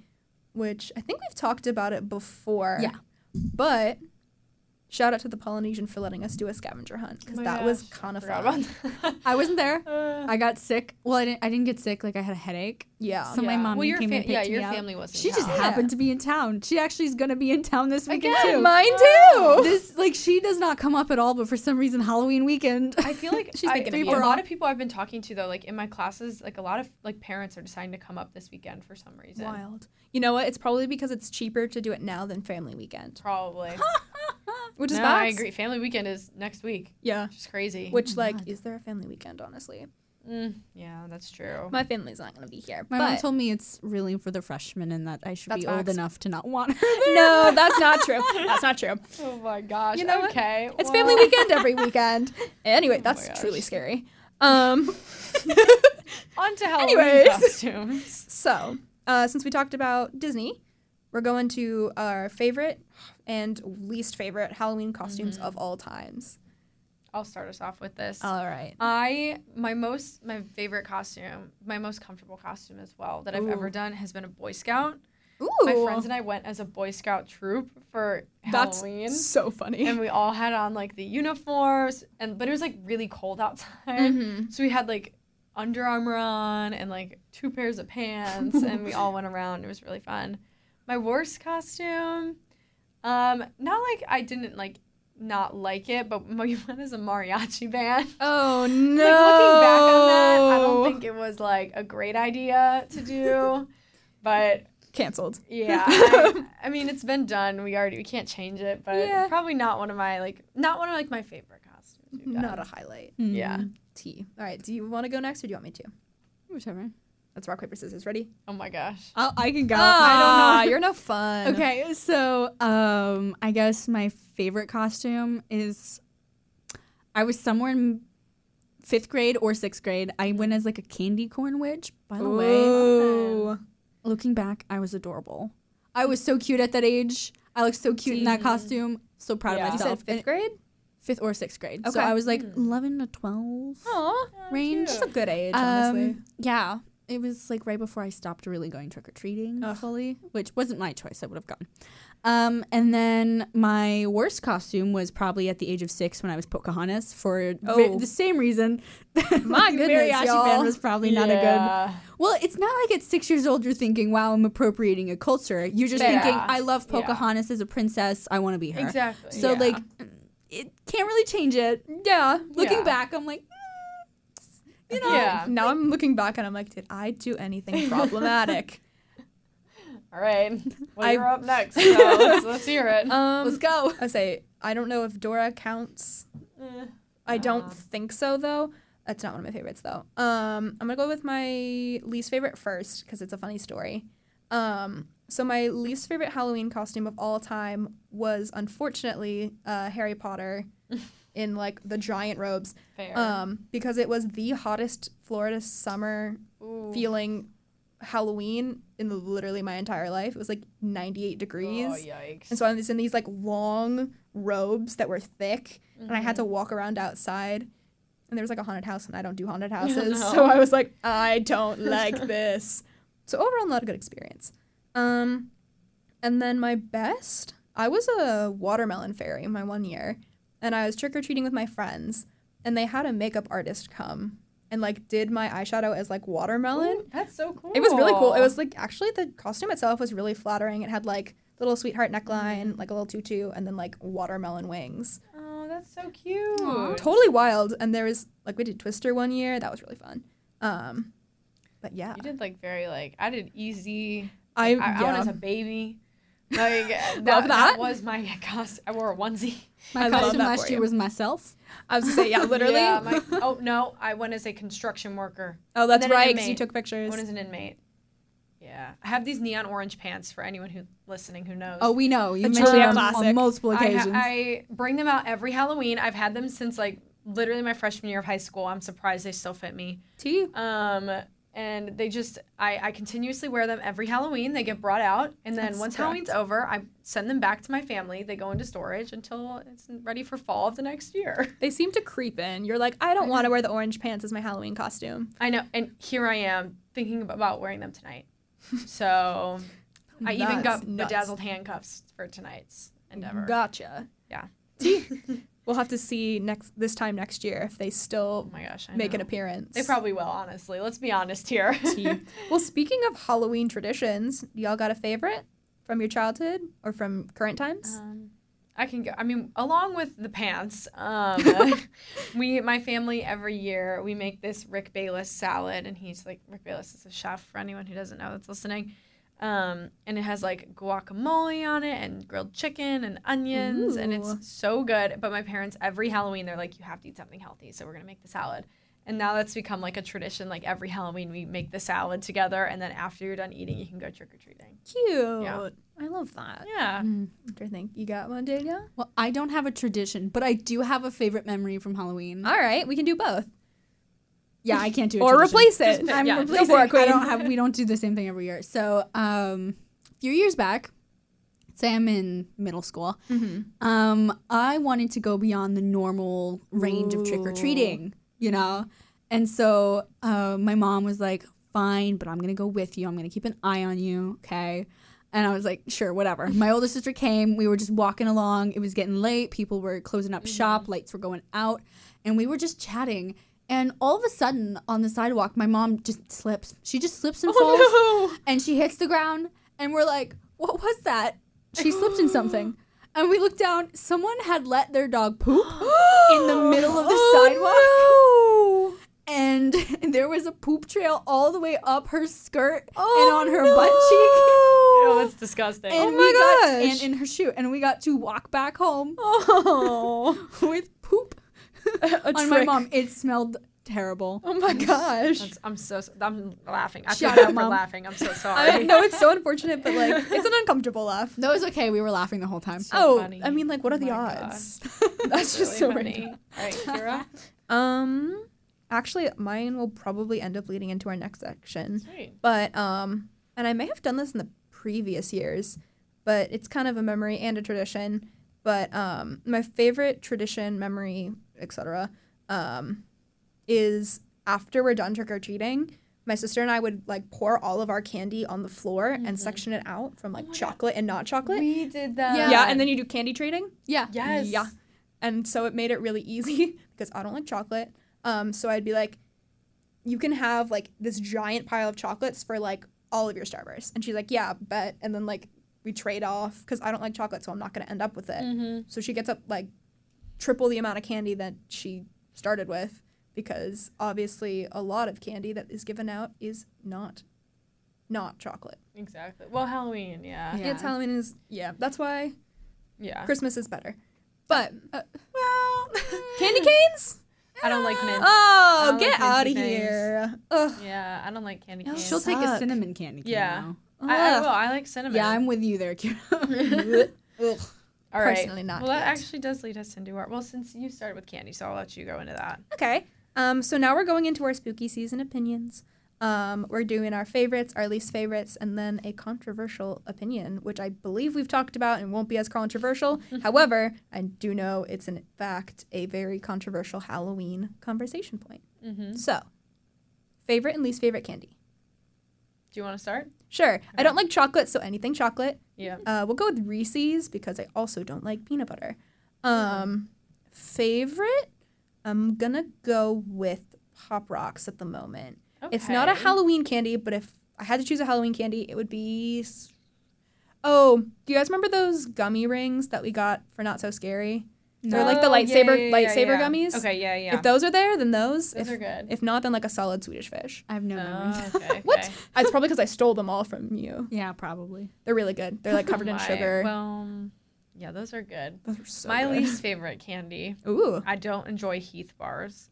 [SPEAKER 2] which I think we've talked about it before.
[SPEAKER 3] Yeah.
[SPEAKER 2] But shout out to the Polynesian for letting us do a scavenger hunt because
[SPEAKER 1] Oh my
[SPEAKER 2] that was
[SPEAKER 1] gosh,
[SPEAKER 2] kind of
[SPEAKER 1] Forgot
[SPEAKER 2] fun.
[SPEAKER 1] about
[SPEAKER 3] I wasn't there.
[SPEAKER 1] [laughs] that.
[SPEAKER 3] I got sick. Well, I didn't. I didn't get sick. Like I had a headache.
[SPEAKER 1] [laughs]
[SPEAKER 2] yeah.
[SPEAKER 3] [laughs] So my mom
[SPEAKER 1] well, your
[SPEAKER 3] came and
[SPEAKER 1] fam- yeah,
[SPEAKER 3] picked
[SPEAKER 1] your
[SPEAKER 3] me up.
[SPEAKER 1] family was. in
[SPEAKER 3] She just
[SPEAKER 1] town.
[SPEAKER 2] Yeah.
[SPEAKER 3] happened to be in town. She actually is gonna be in town this weekend
[SPEAKER 1] Again,
[SPEAKER 3] too.
[SPEAKER 2] Mine too.
[SPEAKER 3] this like she does not come up at all, but for some reason Halloween weekend.
[SPEAKER 1] [laughs] I feel
[SPEAKER 3] [laughs]
[SPEAKER 1] like
[SPEAKER 2] She's
[SPEAKER 1] I-
[SPEAKER 2] thinking of
[SPEAKER 1] a
[SPEAKER 2] you.
[SPEAKER 1] lot of people I've been talking to though, like in my classes, like a lot of like parents are deciding to come up this weekend for some reason.
[SPEAKER 2] Wild. You know what? It's probably because it's cheaper to do it now than family weekend,
[SPEAKER 1] Probably.
[SPEAKER 2] which is
[SPEAKER 1] no,
[SPEAKER 2] facts.
[SPEAKER 1] I agree. Family weekend is next week.
[SPEAKER 2] Yeah.
[SPEAKER 1] Which is crazy.
[SPEAKER 2] Which, like,
[SPEAKER 3] God.
[SPEAKER 2] is there a family weekend, honestly?
[SPEAKER 1] Mm, yeah, that's true.
[SPEAKER 2] My family's not going to be here.
[SPEAKER 3] My
[SPEAKER 2] but
[SPEAKER 3] mom told me it's really for the freshmen and that I should
[SPEAKER 2] That's
[SPEAKER 3] be old
[SPEAKER 2] facts.
[SPEAKER 3] enough to not want
[SPEAKER 2] [laughs]
[SPEAKER 3] her.
[SPEAKER 2] [laughs] no, that's not true. That's not true.
[SPEAKER 1] oh my gosh.
[SPEAKER 2] You know what?
[SPEAKER 1] okay.
[SPEAKER 2] It's
[SPEAKER 1] well-
[SPEAKER 2] family weekend
[SPEAKER 1] [laughs]
[SPEAKER 2] every weekend. Anyway,
[SPEAKER 1] Oh my
[SPEAKER 2] that's
[SPEAKER 1] gosh.
[SPEAKER 2] truly scary. Um, [laughs]
[SPEAKER 1] On to Halloween
[SPEAKER 2] Anyways. [laughs]
[SPEAKER 1] costumes.
[SPEAKER 2] so, uh, since we talked about Disney, we're going to our favorite and least favorite Halloween costumes
[SPEAKER 1] Mm-hmm.
[SPEAKER 2] of all times.
[SPEAKER 1] I'll start us off with this.
[SPEAKER 2] All right.
[SPEAKER 1] I my most my favorite costume, my most comfortable costume as well that I've
[SPEAKER 3] Ooh.
[SPEAKER 1] ever done has been a Boy Scout.
[SPEAKER 2] Ooh,
[SPEAKER 1] My friends and I went as a Boy Scout troop for
[SPEAKER 2] that's
[SPEAKER 1] Halloween.
[SPEAKER 2] so funny. [laughs]
[SPEAKER 1] and we all had on like the uniforms and but it was like really cold outside
[SPEAKER 2] Mhm.
[SPEAKER 1] so we had like under armor on and like two pairs of pants and we all went around it was really fun my worst costume um not like i didn't like not like it but [laughs] we went as a mariachi band
[SPEAKER 2] Oh no!
[SPEAKER 1] like looking back on that i
[SPEAKER 2] Oh,
[SPEAKER 1] don't think it was like a great idea to do
[SPEAKER 2] [laughs]
[SPEAKER 1] but
[SPEAKER 2] canceled.
[SPEAKER 1] yeah, I, I mean it's been done. We already we can't change it, but
[SPEAKER 2] Yeah.
[SPEAKER 1] probably not one of my like not one of like my favorite costumes. we've done.
[SPEAKER 2] Not a highlight.
[SPEAKER 3] Hmm.
[SPEAKER 1] Yeah.
[SPEAKER 2] T. All right. Do you want to go next, or do you want me to?
[SPEAKER 3] Whichever.
[SPEAKER 2] Let's rock paper scissors. Ready?
[SPEAKER 1] Oh my gosh.
[SPEAKER 3] I'll, Oh, I can go.
[SPEAKER 2] Ah,
[SPEAKER 3] I don't know.
[SPEAKER 2] You're no
[SPEAKER 3] [laughs]
[SPEAKER 2] fun.
[SPEAKER 3] Okay, so um, I guess my favorite costume is I was somewhere in fifth grade or sixth grade. I went as like a candy corn witch. By the way,
[SPEAKER 2] Ooh.
[SPEAKER 3] looking back, I was adorable. I was so cute at that age. I looked so cute in that
[SPEAKER 1] Mhm.
[SPEAKER 3] costume. So proud
[SPEAKER 1] Yeah.
[SPEAKER 3] of
[SPEAKER 2] You said
[SPEAKER 3] myself.
[SPEAKER 2] fifth
[SPEAKER 3] And-
[SPEAKER 2] grade?
[SPEAKER 3] fifth or sixth grade. So
[SPEAKER 2] Okay.
[SPEAKER 3] I was like
[SPEAKER 1] Hmm.
[SPEAKER 3] 11 to 12.
[SPEAKER 2] Aw.
[SPEAKER 3] Range.
[SPEAKER 2] That's a good age, honestly.
[SPEAKER 3] Um, yeah. It was like right before I stopped really going trick or treating
[SPEAKER 2] Ugh.
[SPEAKER 3] fully, which wasn't my choice. I would have gone. Um, and then my worst costume was probably at the age of six when I was Pocahontas for ve-
[SPEAKER 2] Oh.
[SPEAKER 3] the same reason. [laughs]
[SPEAKER 2] My
[SPEAKER 3] The
[SPEAKER 2] goodness,
[SPEAKER 3] mariachi
[SPEAKER 2] y'all.
[SPEAKER 3] band was probably not a good. Well, it's not like at six years old you're thinking, "Wow, I'm appropriating a culture." You're just
[SPEAKER 1] Fair.
[SPEAKER 3] thinking, "I love
[SPEAKER 1] Yeah.
[SPEAKER 3] Pocahontas as a princess. I want to be her."
[SPEAKER 1] Exactly.
[SPEAKER 3] So
[SPEAKER 2] Yeah.
[SPEAKER 3] like, it can't really change it.
[SPEAKER 2] yeah.
[SPEAKER 3] Looking
[SPEAKER 1] Yeah.
[SPEAKER 3] back, I'm like, "Mm, you know,
[SPEAKER 1] Yeah.
[SPEAKER 2] Now I'm looking back and I'm like, did I do
[SPEAKER 3] [laughs]
[SPEAKER 2] anything problematic?
[SPEAKER 1] All right. Well,
[SPEAKER 2] I-
[SPEAKER 1] you're up next.
[SPEAKER 2] [laughs]
[SPEAKER 1] So let's, let's hear it.
[SPEAKER 2] um,
[SPEAKER 3] let's go.
[SPEAKER 2] I say I don't know if Dora counts.
[SPEAKER 1] Eh.
[SPEAKER 2] I
[SPEAKER 1] Uh.
[SPEAKER 2] don't think so though. That's not one of my favorites though. Um, I'm gonna go with my least favorite first because it's a funny story. Um, so my least favorite Halloween costume of all time was unfortunately uh,
[SPEAKER 1] [laughs]
[SPEAKER 2] Harry Potter in like the giant robes.
[SPEAKER 1] Fair.
[SPEAKER 2] Um, because it was the hottest Florida summer
[SPEAKER 1] Ooh. Oh,
[SPEAKER 2] feeling Halloween in literally my entire life. It was like 98
[SPEAKER 1] Oh,
[SPEAKER 2] degrees.
[SPEAKER 1] yikes.
[SPEAKER 2] And so I was in these like long robes that were thick, and I had
[SPEAKER 1] Mm-hmm.
[SPEAKER 2] to walk around outside. And there was like a haunted house, and I don't
[SPEAKER 1] [laughs]
[SPEAKER 2] do haunted houses, so
[SPEAKER 1] Oh, No.
[SPEAKER 2] I was like,
[SPEAKER 1] [laughs]
[SPEAKER 2] I don't like this. So overall, not a good experience. Um, and then my best, I was a watermelon fairy my one year, and I was trick or treating with my friends, and they had a makeup artist come and like did my eyeshadow as like watermelon.
[SPEAKER 1] Ooh, that's so cool.
[SPEAKER 2] It was really cool. It was like actually the costume itself was really flattering. It had like little sweetheart neckline, like a little tutu, and then like watermelon wings.
[SPEAKER 1] Oh, that's so cute.
[SPEAKER 2] Totally wild. And there was like we did Twister one year. That was really fun. Um, but yeah,
[SPEAKER 1] You did like very like I did easy. I,
[SPEAKER 2] I,
[SPEAKER 1] I
[SPEAKER 2] yeah.
[SPEAKER 1] went as a baby. Like
[SPEAKER 2] [laughs]
[SPEAKER 1] that,
[SPEAKER 2] Love that.
[SPEAKER 1] that was my [laughs] costume. I wore a onesie.
[SPEAKER 3] My
[SPEAKER 2] I love
[SPEAKER 3] costume
[SPEAKER 2] that
[SPEAKER 3] last
[SPEAKER 2] for
[SPEAKER 3] year
[SPEAKER 2] you.
[SPEAKER 3] was myself.
[SPEAKER 2] I was gonna say yeah, literally.
[SPEAKER 1] Yeah,
[SPEAKER 2] [laughs]
[SPEAKER 1] my, oh no, I went as a construction worker.
[SPEAKER 2] oh, that's
[SPEAKER 1] then an
[SPEAKER 2] right. 'cause you
[SPEAKER 1] inmate.
[SPEAKER 2] took
[SPEAKER 1] I
[SPEAKER 2] pictures.
[SPEAKER 1] went as an inmate. Yeah. Yeah. I have these neon orange pants for anyone who listening who knows.
[SPEAKER 3] Oh, we know. You
[SPEAKER 2] The
[SPEAKER 3] mentioned
[SPEAKER 1] Cheetah
[SPEAKER 3] them on
[SPEAKER 2] Classic.
[SPEAKER 3] multiple
[SPEAKER 1] I,
[SPEAKER 3] occasions.
[SPEAKER 1] I bring them out every Halloween. I've had them since like literally my freshman year of high school. I'm surprised they still fit me.
[SPEAKER 3] to you.
[SPEAKER 1] Um, and they just, I, I continuously wear them every Halloween. They get brought out. And then
[SPEAKER 2] That's
[SPEAKER 1] once
[SPEAKER 2] correct.
[SPEAKER 1] Halloween's over, I send them back to my family. They go into storage until it's ready for fall of the next
[SPEAKER 2] [laughs]
[SPEAKER 1] year.
[SPEAKER 2] They seem to creep in. You're like, I don't want to wear the orange pants as my Halloween costume.
[SPEAKER 1] I know. And here I am thinking about wearing them
[SPEAKER 2] [laughs]
[SPEAKER 1] tonight. So I even
[SPEAKER 2] Nuts,
[SPEAKER 1] got
[SPEAKER 2] nuts.
[SPEAKER 1] bedazzled handcuffs for tonight's endeavor.
[SPEAKER 2] [laughs]
[SPEAKER 1] Oh
[SPEAKER 2] Gotcha.
[SPEAKER 1] Yeah.
[SPEAKER 2] We'll have to see next this time next year if they
[SPEAKER 1] Oh
[SPEAKER 2] still
[SPEAKER 1] my gosh. I
[SPEAKER 2] make an
[SPEAKER 1] know.
[SPEAKER 2] appearance.
[SPEAKER 1] They probably will, honestly. Let's be honest here. [laughs]
[SPEAKER 2] Tea. Well, speaking of Halloween traditions, y'all got a favorite from your childhood or from current times?
[SPEAKER 1] Um, I can go. I mean, along with the pants, um, [laughs] we my family every year we make this Rick Bayless salad, and he's like Rick Bayless is a chef for anyone who doesn't know that's listening. Um, and it has like guacamole on it and grilled chicken and onions, and
[SPEAKER 2] Ooh.
[SPEAKER 1] it's so good. But my parents every Halloween they're like, you have to eat something healthy, so we're gonna make the salad. And now that's become like a tradition. Like every Halloween, we make the salad together, and then after you're done eating, you can go trick or treating.
[SPEAKER 2] Cute. I love that.
[SPEAKER 1] Yeah.
[SPEAKER 2] I think you got one, Danielle.
[SPEAKER 3] Well, I don't have a tradition, but I do have a favorite memory from Halloween.
[SPEAKER 2] All right, we can do both
[SPEAKER 3] yeah, I can't do a
[SPEAKER 2] or
[SPEAKER 3] tradition.
[SPEAKER 2] replace it.
[SPEAKER 1] I'm Yeah, go
[SPEAKER 3] Please, I don't have. We don't do the same thing every year. So, um, a few years back, say I'm in middle school. Um, I wanted to go beyond the normal range of trick or treating. You know, and so uh, my mom was like, "Fine, but I'm gonna go with you. I'm gonna keep an eye on you, okay?" And I was like, "Sure, whatever." My older sister came. We were just walking along. It was getting late. People were closing up shop. Lights were going out, and we were just chatting. And all of a sudden, on the sidewalk, my mom just slips. She just slips
[SPEAKER 1] Oh,
[SPEAKER 3] and falls,
[SPEAKER 2] Oh,
[SPEAKER 3] and she hits the ground. And we're like, "What was that?" She slipped in [gasps] something. And we looked down. Someone had let their [gasps] dog poop in the middle of the sidewalk Oh, and [laughs] there was a poop trail all the way up her skirt and on her butt cheek.
[SPEAKER 1] Oh, [laughs]
[SPEAKER 2] butt
[SPEAKER 1] that's disgusting.
[SPEAKER 3] And
[SPEAKER 2] my
[SPEAKER 3] we got
[SPEAKER 2] gosh.
[SPEAKER 3] and in her shoe, and we got to walk back [laughs] home
[SPEAKER 2] [laughs] Oh,
[SPEAKER 1] [laughs]
[SPEAKER 3] with poop
[SPEAKER 2] a
[SPEAKER 3] on my
[SPEAKER 2] trick.
[SPEAKER 3] mom. It smelled terrible.
[SPEAKER 2] Oh
[SPEAKER 1] [laughs]
[SPEAKER 2] my gosh.
[SPEAKER 1] That's, I'm so I'm laughing. I
[SPEAKER 3] Shut
[SPEAKER 1] feel bad
[SPEAKER 3] up,
[SPEAKER 1] for
[SPEAKER 3] Mom.
[SPEAKER 1] laughing. I'm so
[SPEAKER 2] [laughs] I
[SPEAKER 1] sorry.
[SPEAKER 2] know it's so unfortunate,
[SPEAKER 1] [laughs]
[SPEAKER 2] but like it's an uncomfortable laugh.
[SPEAKER 3] No, it was okay. We were laughing the whole [laughs] time.
[SPEAKER 1] So
[SPEAKER 2] oh,
[SPEAKER 1] funny.
[SPEAKER 2] I mean, like, what are
[SPEAKER 1] Oh
[SPEAKER 2] the
[SPEAKER 1] my
[SPEAKER 2] odds? That's just so random.
[SPEAKER 1] All right,
[SPEAKER 2] [laughs]
[SPEAKER 1] Kira.
[SPEAKER 2] Um, actually, mine will probably end up leading into our next section.
[SPEAKER 1] Sweet.
[SPEAKER 2] But um, and I may have done this in the previous years, but it's kind of a memory and a tradition. But um, my favorite tradition, memory, etc., um, is after we're done trick or treating. My sister and I would like pour all of our candy on the floor and section it out from like chocolate and not chocolate.
[SPEAKER 1] We did that.
[SPEAKER 3] Yeah.
[SPEAKER 2] yeah, and then you do candy trading.
[SPEAKER 3] Yeah.
[SPEAKER 1] yes.
[SPEAKER 2] Yeah. And so it made it really easy [laughs] because I don't like chocolate. Um, so I'd be like, you can have like this giant pile of chocolates for like all of your Starbursts. And she's like, yeah, bet. And then like we trade off because I don't like chocolate, so I'm not going to end up with it.
[SPEAKER 1] Mm-hmm.
[SPEAKER 2] So she gets up like triple the amount of candy that she started with because obviously a lot of candy that is given out is not not chocolate.
[SPEAKER 1] Exactly. Well, Halloween. Yeah.
[SPEAKER 3] Yeah.
[SPEAKER 2] It's Halloween is yeah, that's why
[SPEAKER 1] Yeah.
[SPEAKER 2] Christmas is better. But uh, [laughs]
[SPEAKER 1] Well,
[SPEAKER 2] candy canes?
[SPEAKER 1] I don't like mint.
[SPEAKER 2] Oh,
[SPEAKER 1] don't
[SPEAKER 2] get
[SPEAKER 1] like
[SPEAKER 2] out
[SPEAKER 1] fancy
[SPEAKER 2] of
[SPEAKER 1] things.
[SPEAKER 2] here. Ugh.
[SPEAKER 1] Yeah, I don't like candy
[SPEAKER 2] No,
[SPEAKER 1] canes.
[SPEAKER 3] She'll take a
[SPEAKER 2] Suck.
[SPEAKER 3] cinnamon candy. cane
[SPEAKER 1] Yeah.
[SPEAKER 3] now.
[SPEAKER 1] I, I will.
[SPEAKER 2] Ugh.
[SPEAKER 1] I like cinnamon.
[SPEAKER 3] Yeah, I'm with you there,
[SPEAKER 1] [laughs]
[SPEAKER 3] Kira.
[SPEAKER 2] Ugh.
[SPEAKER 1] All right.
[SPEAKER 2] personally not
[SPEAKER 1] Well, that
[SPEAKER 2] yet.
[SPEAKER 1] actually does lead us into our. Well, since you started with candy, so I'll let you go into that.
[SPEAKER 2] Okay. Um, so now we're going into our spooky season opinions. Um, we're doing our favorites, our least favorites, and then a controversial opinion, which I believe we've talked about and won't be as controversial. However, I do know it's in fact a very controversial Halloween conversation point.
[SPEAKER 1] Mm-hmm. Do
[SPEAKER 2] So, favorite and least favorite candy.
[SPEAKER 1] you want to start?
[SPEAKER 2] Sure, I
[SPEAKER 1] Okay.
[SPEAKER 2] don't like chocolate, so anything chocolate.
[SPEAKER 1] Yeah.
[SPEAKER 2] Uh, we'll go with Reese's because I also don't like peanut butter. Um, favorite? I'm gonna go with Pop Rocks at the moment.
[SPEAKER 1] Okay.
[SPEAKER 2] It's not a Halloween candy, but if I had to choose a Halloween candy, it would be. s- Oh, do you guys remember those gummy rings that we got for Not So Scary? They're like the
[SPEAKER 1] Oh, yeah,
[SPEAKER 2] lightsaber
[SPEAKER 1] yeah, yeah,
[SPEAKER 2] lightsaber
[SPEAKER 1] yeah.
[SPEAKER 2] gummies.
[SPEAKER 1] Okay. Yeah. Yeah.
[SPEAKER 2] If those are there, then those.
[SPEAKER 1] Those
[SPEAKER 2] if,
[SPEAKER 1] are good.
[SPEAKER 2] If not, then like a solid Swedish fish.
[SPEAKER 3] I have no memory.
[SPEAKER 1] Oh, okay,
[SPEAKER 2] What?
[SPEAKER 1] okay.
[SPEAKER 2] it's probably because I stole them all from you.
[SPEAKER 3] [laughs] Yeah, probably.
[SPEAKER 2] They're really good. They're like covered
[SPEAKER 1] Oh [laughs]
[SPEAKER 2] in
[SPEAKER 1] my.
[SPEAKER 2] sugar.
[SPEAKER 1] Well, um, yeah, those are good.
[SPEAKER 2] those are so
[SPEAKER 1] My
[SPEAKER 2] good.
[SPEAKER 1] least favorite candy.
[SPEAKER 2] Ooh. Mm.
[SPEAKER 1] I don't enjoy Heath bars.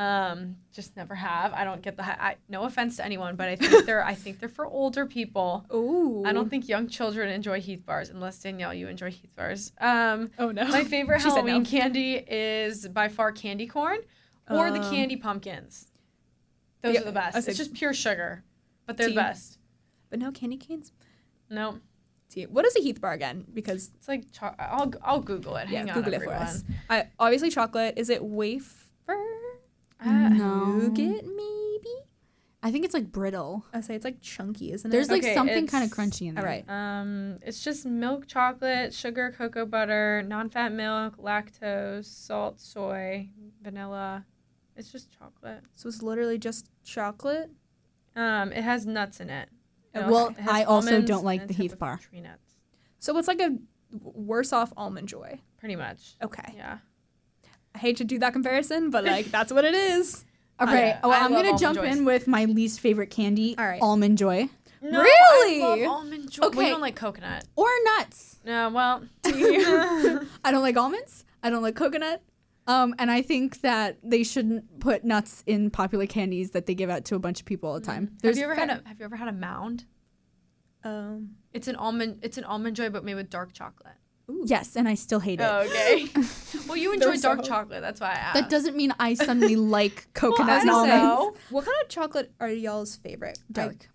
[SPEAKER 1] Um, just never have. I don't get the. Hi- I, no offense to anyone, but I think they're. I think they're for older people.
[SPEAKER 2] Ooh.
[SPEAKER 1] I don't think young children enjoy Heath bars unless Danielle, you enjoy Heath bars. Um,
[SPEAKER 3] Oh no.
[SPEAKER 1] my favorite
[SPEAKER 3] She said no.
[SPEAKER 1] Halloween candy is by far candy corn or the
[SPEAKER 3] Um,
[SPEAKER 1] candy pumpkins. Those
[SPEAKER 3] yeah,
[SPEAKER 1] are the best.
[SPEAKER 3] I said-
[SPEAKER 1] It's just pure sugar, but they're
[SPEAKER 3] Tea.
[SPEAKER 1] the best.
[SPEAKER 2] But no candy canes.
[SPEAKER 1] No,
[SPEAKER 2] See, What is a Heath bar again? Because
[SPEAKER 1] it's like cho- I'll I'll Google it.
[SPEAKER 2] yeah,
[SPEAKER 1] Hang on,
[SPEAKER 2] Google it for
[SPEAKER 1] everyone.
[SPEAKER 2] us. I obviously chocolate. Is it wafer?
[SPEAKER 1] Uh,
[SPEAKER 3] No.
[SPEAKER 2] Nougat maybe?
[SPEAKER 3] I think it's like brittle.
[SPEAKER 2] I say it's like chunky, isn't
[SPEAKER 3] There's
[SPEAKER 2] it?
[SPEAKER 3] like
[SPEAKER 1] Okay,
[SPEAKER 3] something
[SPEAKER 1] it's-
[SPEAKER 3] kind of crunchy in there.
[SPEAKER 2] all right.
[SPEAKER 1] Um, it's just milk, chocolate, sugar, cocoa butter, non-fat milk, lactose, salt, soy, vanilla. It's just chocolate.
[SPEAKER 2] So it's literally just chocolate.
[SPEAKER 1] Um, it has nuts in it. It also-
[SPEAKER 3] Uh, Well,
[SPEAKER 1] it has
[SPEAKER 3] I also
[SPEAKER 1] almonds
[SPEAKER 3] don't like
[SPEAKER 1] and
[SPEAKER 3] the
[SPEAKER 1] a type
[SPEAKER 3] Heath
[SPEAKER 1] of
[SPEAKER 3] bar.
[SPEAKER 1] Tree nuts,
[SPEAKER 2] So it's like a worse off almond joy.
[SPEAKER 1] pretty much.
[SPEAKER 2] Okay.
[SPEAKER 1] Yeah.
[SPEAKER 2] I hate to do that comparison, but like that's what
[SPEAKER 3] [laughs]
[SPEAKER 2] it is.
[SPEAKER 3] All
[SPEAKER 1] I-
[SPEAKER 3] right.
[SPEAKER 1] yeah.
[SPEAKER 3] Oh,
[SPEAKER 1] I
[SPEAKER 3] I'm
[SPEAKER 1] love
[SPEAKER 3] gonna
[SPEAKER 1] Almond
[SPEAKER 3] jump
[SPEAKER 1] Joys.
[SPEAKER 3] in with my least favorite candy,
[SPEAKER 2] All right.
[SPEAKER 3] almond joy,
[SPEAKER 1] No,
[SPEAKER 2] Really?
[SPEAKER 1] I love almond joy. We
[SPEAKER 3] Okay.
[SPEAKER 1] don't like coconut.
[SPEAKER 3] or nuts.
[SPEAKER 1] No, well,
[SPEAKER 3] I don't like almonds. I don't like coconut. Um, and I think that they shouldn't put nuts in popular candies that they give out to a bunch of people all the time.
[SPEAKER 1] Mm. have you ever had a Have you ever had a mound?
[SPEAKER 2] Um.
[SPEAKER 1] It's an almond. It's an almond joy, but made with dark chocolate.
[SPEAKER 3] yes, and I still hate it.
[SPEAKER 1] Oh, okay.
[SPEAKER 3] [laughs]
[SPEAKER 1] well, you
[SPEAKER 2] They're
[SPEAKER 1] enjoy dark
[SPEAKER 2] so-
[SPEAKER 1] chocolate. That's why I asked.
[SPEAKER 3] That doesn't mean
[SPEAKER 1] [laughs]
[SPEAKER 3] I suddenly like
[SPEAKER 2] Um,
[SPEAKER 3] coconut
[SPEAKER 1] I
[SPEAKER 3] and
[SPEAKER 1] don't
[SPEAKER 3] almonds.
[SPEAKER 1] know.
[SPEAKER 2] What kind of chocolate are y'all's favorite? Like,
[SPEAKER 3] Dark.